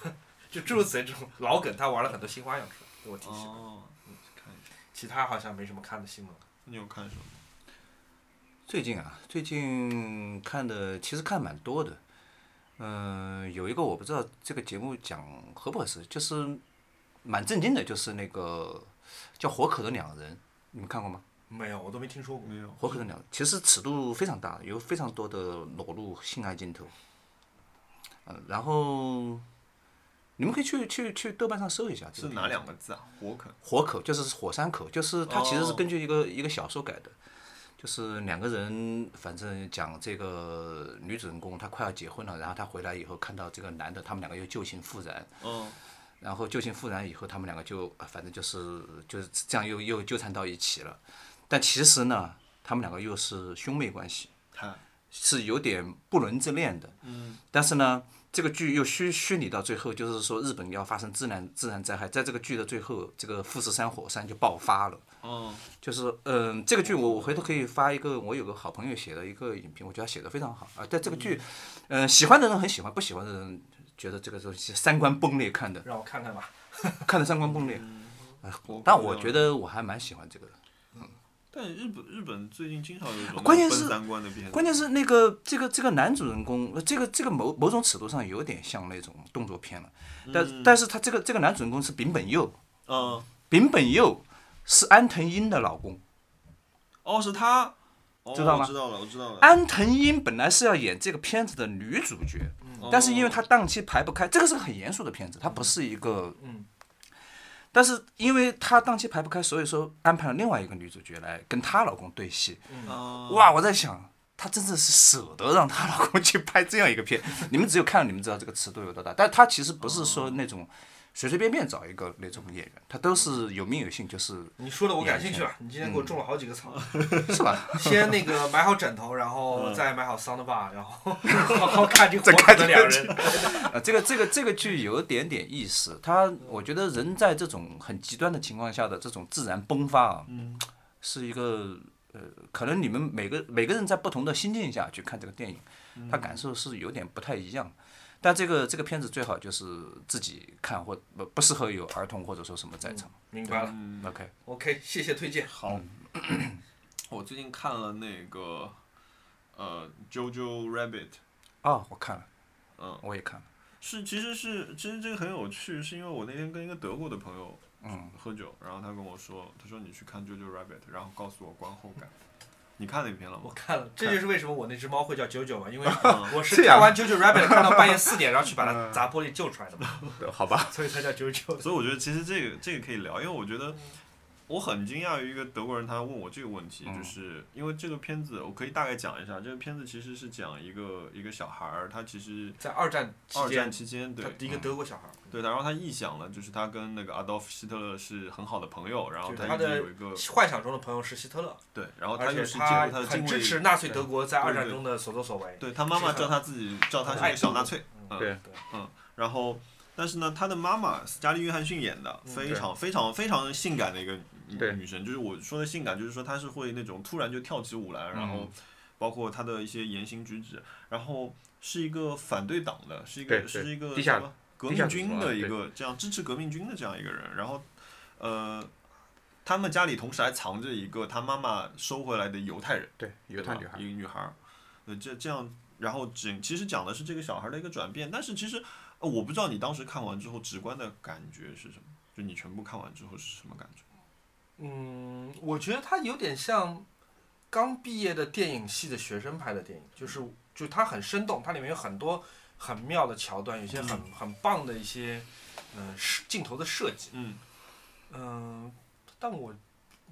C: 就诸如此类这种老梗，他玩了很多新花样出来，对我挺喜欢。
B: 哦，看一下，
C: 其他好像没什么看的新闻了，
B: 你有看什么？
D: 最近啊，最近看的其实看蛮多的，嗯、有一个我不知道这个节目讲合不合适，就是蛮震惊的，就是那个叫《火口的两人》，你们看过吗？
C: 没有，我都没听说过。
B: 没有，
D: 火口的两人其实尺度非常大的，有非常多的裸露性爱镜头。嗯，然后你们可以去去去豆瓣上搜一下，这
B: 是
D: 个
B: 哪
D: 片子
B: 两个字啊？火肯
D: 火口就是火山口，就是它其实是
B: 哦
D: 根据一个、一个小说改的，就是两个人反正讲这个女主人公她快要结婚了，然后她回来以后看到这个男的，他们两个又旧情复燃，
B: 嗯，
D: 然后旧情复燃以后，他们两个就呃反正就是就是这样又又纠缠到一起了，但其实呢，他们两个又是兄妹关系，
B: 他
D: 是有点不伦之恋的。嗯。但是呢，这个剧又虚虚拟到最后，就是说日本要发生自然自然灾害，在这个剧的最后，这个富士山火山就爆发了。
B: 哦，
D: 就是嗯、这个剧我我回头可以发一个，我有个好朋友写的一个影评，我觉得他写的非常好啊。但这个剧，嗯、喜欢的人很喜欢，不喜欢的人觉得这个东西三观崩裂，看的
C: 让我看看吧，
D: 看的三观崩裂。
B: 我
D: 但我觉，得我还蛮喜欢这个的。
B: 但日本日本最近经常有这种
D: 关键是
B: 分三观的片子，
D: 关键是那个这个这个男主人公，呃这个这个某某种尺度上有点像那种动作片了，但、但是他这个这个男主人公是丙本佑，
B: 嗯，
D: 丙本佑是安藤樱的老公。
B: 哦，是他，哦
D: 知道吗哎
B: 我知道了，我知道了，
D: 安藤樱本来是要演这个片子的女主角，
C: 嗯
D: 但是因
C: 哦
D: 为她档期排不开，这个是个很严肃的片子，它不是一个，
C: 嗯
D: 但是因为她档期排不开，所以说安排了另外一个女主角来跟她老公对戏。
C: 嗯
B: 哦，
D: 哇，我在想，她真的是舍得让她老公去拍这样一个片。你们只有看了，你们知道这个尺度有多大。但她其实不是
C: 哦
D: 说那种随随便便找一个那种演员，她都是有名有姓，就是
C: 你说的我感兴趣了，啊你今天给我种了好几个草。
D: 是吧？
C: 先那个买好枕头，然后再买好 soundbar，然后 <laughs> 好好嗯看这火烤的两人。 <laughs>
D: 呃，这个这个这个剧有点点意思。她，我觉得人在这种很极端的情况下的这种自然迸发啊，是一个。呃，可能你们每个每个人在不同的心境下去看这个电影，他感受是有点不太一样。但这个这个片子最好就是自己看，或不不适合有儿童或者说什么在场。
C: 明白了
B: 嗯，
D: OK，
C: ，OK，谢谢推荐。
B: 好，我最近看了那个呃《JoJo Rabbit》，
D: 哦，我看了，
B: 嗯，
D: 我也看了，
B: 是其实是其实这个很有趣，是因为我那天跟一个德国的朋友
D: 嗯，
B: 喝酒，然后他跟我说，他说你去看《JoJo Rabbit》，然后告诉我观后感。你看那篇了
C: 我
B: 吗？
C: 看了，这就是为什么我那只猫会叫九九
B: <laughs>
C: 嘛，因为
B: 嗯
C: 我是
D: 这样
C: 看完九九 rabbit 看到半夜四点，然后去把
B: <laughs>
C: 它砸玻璃救出来的嘛，
D: 好吧，
C: 所以才叫九九。
B: 所以我觉得其实这个这个可以聊，因为我觉得我很惊讶于一个德国人他问我这个问题，
D: 嗯
B: 就是因为这个片子我可以大概讲一下，这个片子其实是讲一个一个小孩儿，他其实
C: 在二战期
B: 二战
C: 间，
B: 期间对嗯
C: 他一个德国小孩，
B: 对，然后他臆想了，就是他跟那个阿道夫希特勒是很好的朋友，然后
C: 就是
B: 他
C: 他
B: 一直
C: 的
B: 有一个
C: 幻想中的朋友是希特勒，
B: 对，然后呃哦他
C: 而
B: 又
C: 且
B: 是经过他的
C: 很
B: 敬
C: 支持
B: 畏，
C: 纳粹德国在
B: 对
C: 二战
B: 对
C: 中的所作所为。
B: 对他妈妈
C: 是很
B: 叫他自己叫他是
C: 爱
B: 个小
C: 国
B: 纳粹，嗯
D: 对
B: 然后，但是呢，他的妈妈斯嘉丽·约翰逊演的，非常非常非常性感的一个女
D: 嗯对
B: 女生，就是我说的性感，就是说她是会那种突然就跳起舞来，然
D: 嗯
B: 后包括她的一些言行举止，然后是一个反对党的，是一
D: 对
B: 个
D: 对
B: 是一个
D: 地下
B: 什么革
D: 地下
B: 命
D: 组织
B: 军
D: 嘛
B: 的一
D: 对
B: 个这样支持革命军的这样一个人，然后，呃。他们家里同时还藏着一个他妈妈收回来的犹太人，
D: 对，犹
B: 对吧一个女孩儿。呃，这这样，然后整其实讲的是这个小孩的一个转变，但是其实、呃我不知道你当时看完之后直观的感觉是什么，就你全部看完之后是什么感觉？
C: 嗯，我觉得他有点像刚毕业的电影系的学生拍的电影，就是就它很生动，它里面有很多很妙的桥段，有些很
B: 嗯
C: 很棒的一些嗯、摄镜头的设计，
B: 嗯，
C: 嗯、但我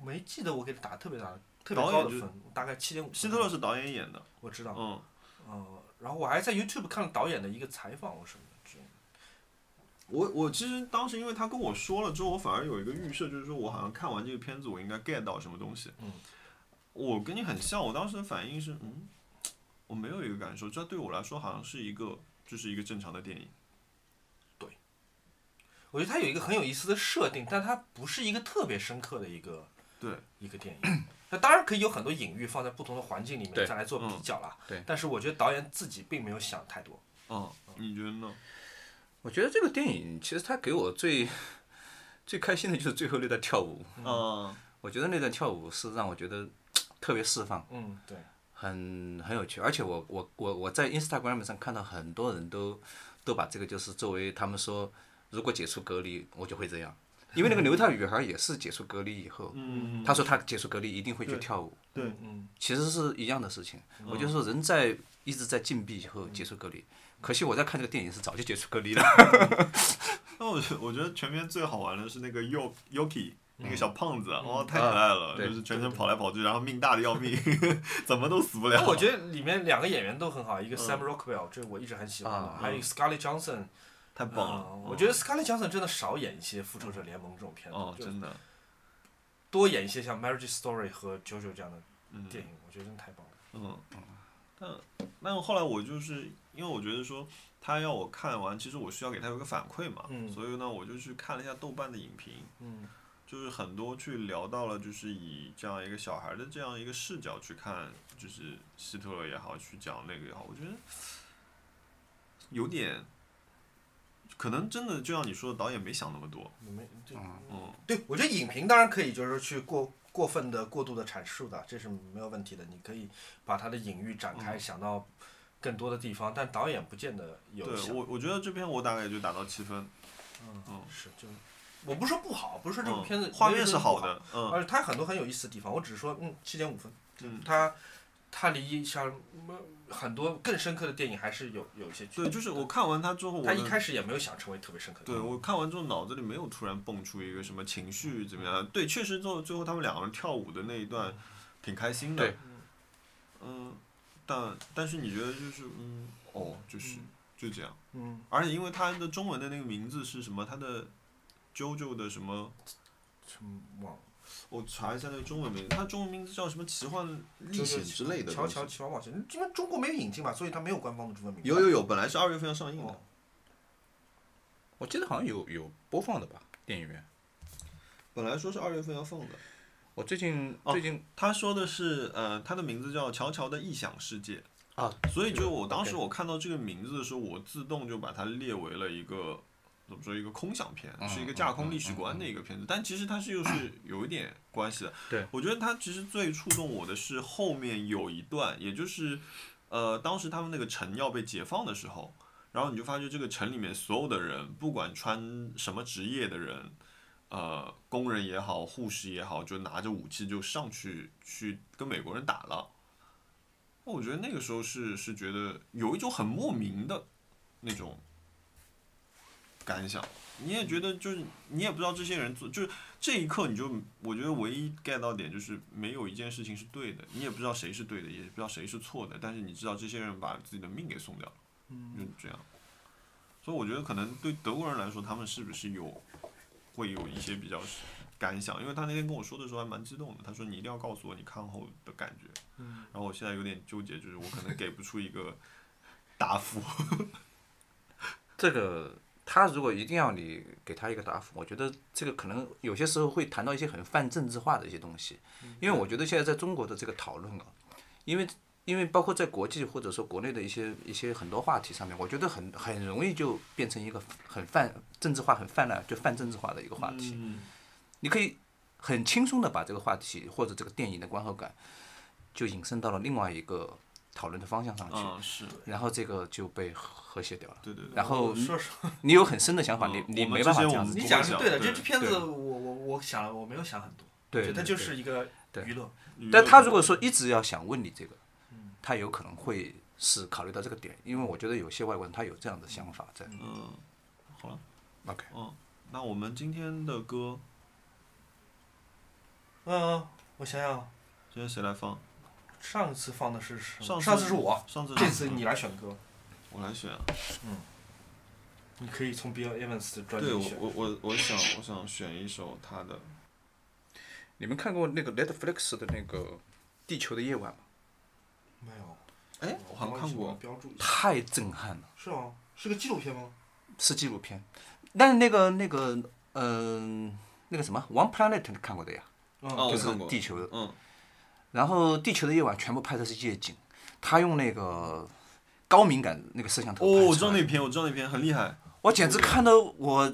C: 没记得我给他打特别大的特别
B: 导演
C: 高的
B: 就
C: 分，大概七点五。
B: 希特勒是导演演的，
C: 我知道，
B: 嗯，
C: 嗯，然后我还在 YouTube 看了导演的一个采访，我什么的之类的，
B: 我我其实当时因为他跟我说了之后，我反而有一个预设，就是说我好像看完这个片子，我应该 get 到什么东西。
C: 嗯，
B: 我跟你很像，我当时的反应是，嗯，我没有一个感受，这对我来说好像是一个，就是一个正常的电影。
C: 我觉得它有一个很有意思的设定，但它不是一个特别深刻的一个
B: 对
C: 一个电影。那当然可以有很多隐喻放在不同的环境里面
D: 对
C: 再来做
B: 嗯
C: 比较啦。
D: 对
C: 但是我觉得导演自己并没有想太多。
B: 嗯，你觉得呢？
D: 我觉得这个电影其实它给我最最开心的就是最后那段跳舞，
B: 嗯，
D: 我觉得那段跳舞是让我觉得特别释放，
C: 嗯，
B: <laughs>
C: 对，
D: 很很有趣。而且我我我我在 Instagram 上看到很多人都都把这个就是作为他们说，如果解除隔离，我就会这样。因为那个犹太女孩也是解除隔离以后，
B: 嗯
D: 她说她解除隔离一定会去
B: 对
D: 跳舞，
B: 对，
C: 嗯，
D: 其实是一样的事情。
B: 嗯
D: 我就说人在一直在禁闭以后解除隔离，可惜我在看这个电影是早就解除隔离了。 <laughs>
B: 那我觉我觉得全片最好玩的是那个 Yo
C: 嗯
B: Yoki 那个小胖子，哦，太可爱
C: 啊
B: 了，
D: 对
B: 就是全程跑来跑去，然后命大的要命， <laughs> 怎么都死不了。
C: 那我觉得里面两个演员都很好，一个
B: 嗯
C: Sam Rockwell，这个我一直很喜欢的，
D: 啊
C: 还有一个 Scarlett Johansson，
B: 太
C: 嗯
B: 棒啊了，
C: 我觉得 Scarlett Johansson 真的少演一些《复仇者联盟》这种片子，
B: 哦，
C: 就
B: 真的，
C: 多演一些像《Marriage Story》和《JoJo》这样的
B: 嗯，
C: 电影，我觉得真的太棒了。
B: 嗯，但但后来我就是因为我觉得说他要我看完，其实我需要给他有个反馈嘛，
C: 嗯
B: 所以呢，我就去看了一下豆瓣的影评，
C: 嗯
B: 就是很多去聊到了，就是以这样一个小孩的这样一个视角去看，就是希特勒也好，去讲那个也好，我觉得有点，可能真的就像你说的，导演没想那么多，
C: 你们这
B: 嗯
C: 对，我觉得影评当然可以，就是去过过分的、过度的阐述的，这是没有问题的。你可以把它的隐喻展
B: 嗯
C: 开，想到更多的地方，但导演不见得有
B: 对
C: 想。
B: 我我觉得这篇我大概就打到七分，
C: 嗯
B: 嗯，
C: 是就，我不是说不好，不是说这部
B: 嗯
C: 片子
B: 画面
C: 没有
B: 是
C: 说不
B: 好，的，嗯
C: 而且它有很多很有意思的地方。我只是说，嗯，七点五分，
B: 嗯。
C: 它它离像呃很多更深刻的电影还是有有一些距
B: 对，
C: 离。
B: 就是我看完他之后，我
C: 他
B: 的
C: 一开始也没有想成为特别深刻的。
B: 对我看完之后，脑子里没有突然蹦出一个什么情绪
C: 嗯
B: 怎么样？对，确实最后最后他们两个人跳舞的那一段，挺开心的
D: 对。
B: 嗯，但但是你觉得就是嗯哦，就是就这样。
C: 嗯，
B: 而且因为他的中文的那个名字是什么？他的 JoJo 的什么？
C: 什么忘了。
B: 我查一下那个中文名字，他中文名字叫什么？奇幻历
C: 就
B: 险
C: 是
B: 之类的
C: 乔
B: 东西。
C: 乔乔往前，因为中国没有引进嘛，所以它没有官方的中文名。
B: 有有有，本来是二月份要上映的
C: 哦。
D: 我记得好像有有播放的吧，电影院。
B: 本来说是二月份要放的，
D: 我最近
B: 哦
D: 最近
B: 他说的是，呃，他的名字叫《乔乔的异想世界》
D: 啊，
B: 所以就我当时
D: OK
B: 我看到这个名字的时候，我自动就把它列为了一个怎么说一个空想片，
D: 嗯
B: 是一个架空历史观的一个片子，但其实它是又
D: <clears throat>
B: 是有一点关系的。
D: 对，
B: 我觉得它其实最触动我的是后面有一段，也就是呃，当时他们那个城要被解放的时候，然后你就发觉这个城里面所有的人，不管穿什么职业的人，呃，工人也好，护士也好，就拿着武器就上去去跟美国人打了。那我觉得那个时候是是觉得有一种很莫名的那种感想，你也觉得就是你也不知道这些人做，就是这一刻你就我觉得唯一 get 到点就是没有一件事情是对的，你也不知道谁是对的，也不知道谁是错的，但是你知道这些人把自己的命给送掉了，就这样。所以我觉得可能对德国人来说，他们是不是有会有一些比较感想？因为他那天跟我说的时候还蛮激动的，他说你一定要告诉我你看后的感觉。然后我现在有点纠结，就是我可能给不出一个答复。
D: 这个，他如果一定要你给他一个答复，我觉得这个可能有些时候会谈到一些很泛政治化的一些东西，
B: 嗯
D: 因为我觉得现在在中国的这个讨论啊，因为因为包括在国际或者说国内的一些一些很多话题上面，我觉得很很容易就变成一个很泛政治化、很泛滥就泛政治化的一个话题。
B: 嗯
D: 你可以很轻松的把这个话题或者这个电影的观后感，就引申到了另外一个讨论的方向上去，
B: 嗯，是
D: 然后这个就被和谐掉了。
B: 对对对。
D: 然后
C: 说实
D: <laughs> 你有很深的想法，你
B: 嗯
D: 你
B: 我们
D: 没
B: 之
D: 办法
B: 间
D: 这
B: 我
D: 样子
B: 们嗯不
C: 你
D: 做，
B: 会
C: 讲是对的，
B: 对
C: 这这片子
D: 对
C: 我我我想了，我没有想很多，
D: 对，
C: 就它
D: 对
C: 就是一个娱乐。
B: 娱乐
D: 但他如果说一直要想问你这个，他有可能会是考虑到这个点，因为我觉得有些外国人他有这样的想法在。
B: 嗯，好了，
D: OK，
B: 嗯，那我们今天的歌，
C: 嗯，我想想，
B: 今天谁来放？
C: 上一次放的是什
B: 上
C: 么？
B: 次
C: 上次是我，
B: 上次啊
C: 这次你来选歌，
B: 我来选啊。
C: 你可以从 Bill Evans 的专
B: 对
C: 辑
B: 我
C: 选。
B: 我我我想我想选一首他的，
D: 你们看过那个 Netflix 的那个《地球的夜晚》吗？
C: 没有，
B: 哎，我好像看过，
C: 标注一下。
D: 太震撼了，
C: 是吗？是个纪录片吗？
D: 是纪录片。但是那个那个嗯、那个什么《One Planet》你看过的呀？
B: 哦，
D: 就
B: 我
D: 是
B: 看过。
D: 地球的。
B: 嗯，
D: 然后《地球的夜晚》全部拍的是夜景，他用那个高敏感那个摄像头
B: 哦，
D: 拍出来的。
B: 我知道那篇，我知道那篇很厉害。
D: 我简直看得我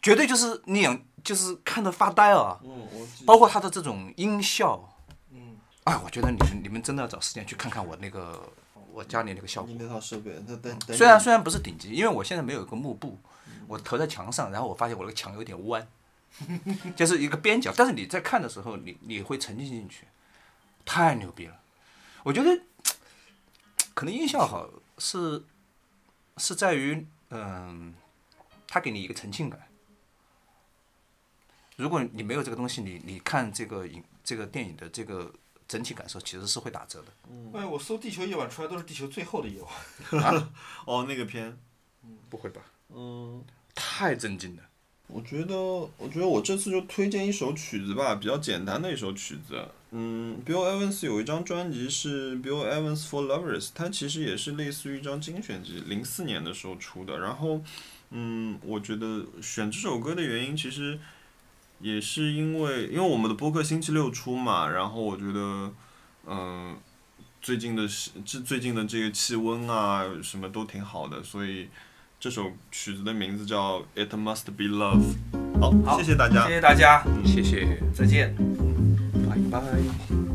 D: 绝对就是两就是看得发呆啊！
B: 嗯，我记得
D: 包括它的这种音效，
C: 嗯，
D: 哎，我觉得你们你们真的要找时间去看看我那个我家里那个效果
B: 你。那套设备，那等等
D: 虽然虽然不是顶级，因为我现在没有一个幕布，我投在墙上，然后我发现我那个墙有点弯，就是一个边角。但是你在看的时候，你你会沉浸进去，太牛逼了！我觉得可能音效好是是在于，嗯，它给你一个沉浸感。如果你没有这个东西，你你看这个影这个电影的这个整体感受其实是会打折的。
B: 嗯
C: 哎，我搜《地球夜晚》出来都是《地球最后的夜晚》。
B: 哦那个片，
D: 不会吧？
B: 嗯，
D: 太震惊了！
B: 我觉得，我觉得我这次就推荐一首曲子吧，比较简单的一首曲子。嗯，Bill Evans 有一张专辑是 Bill Evans for Lovers，它其实也是类似于一张精选集，零四年的时候出的。然后，嗯，我觉得选这首歌的原因其实也是因为，因为我们的播客星期六出嘛，然后我觉得，嗯，最近的是这最近的这个气温啊，什么都挺好的，所以。这首曲子的名字叫《It Must Be Love》。好，
C: 好
B: 谢谢大家
C: 谢。谢大家，
D: 谢谢，
C: 再见。
D: 拜拜。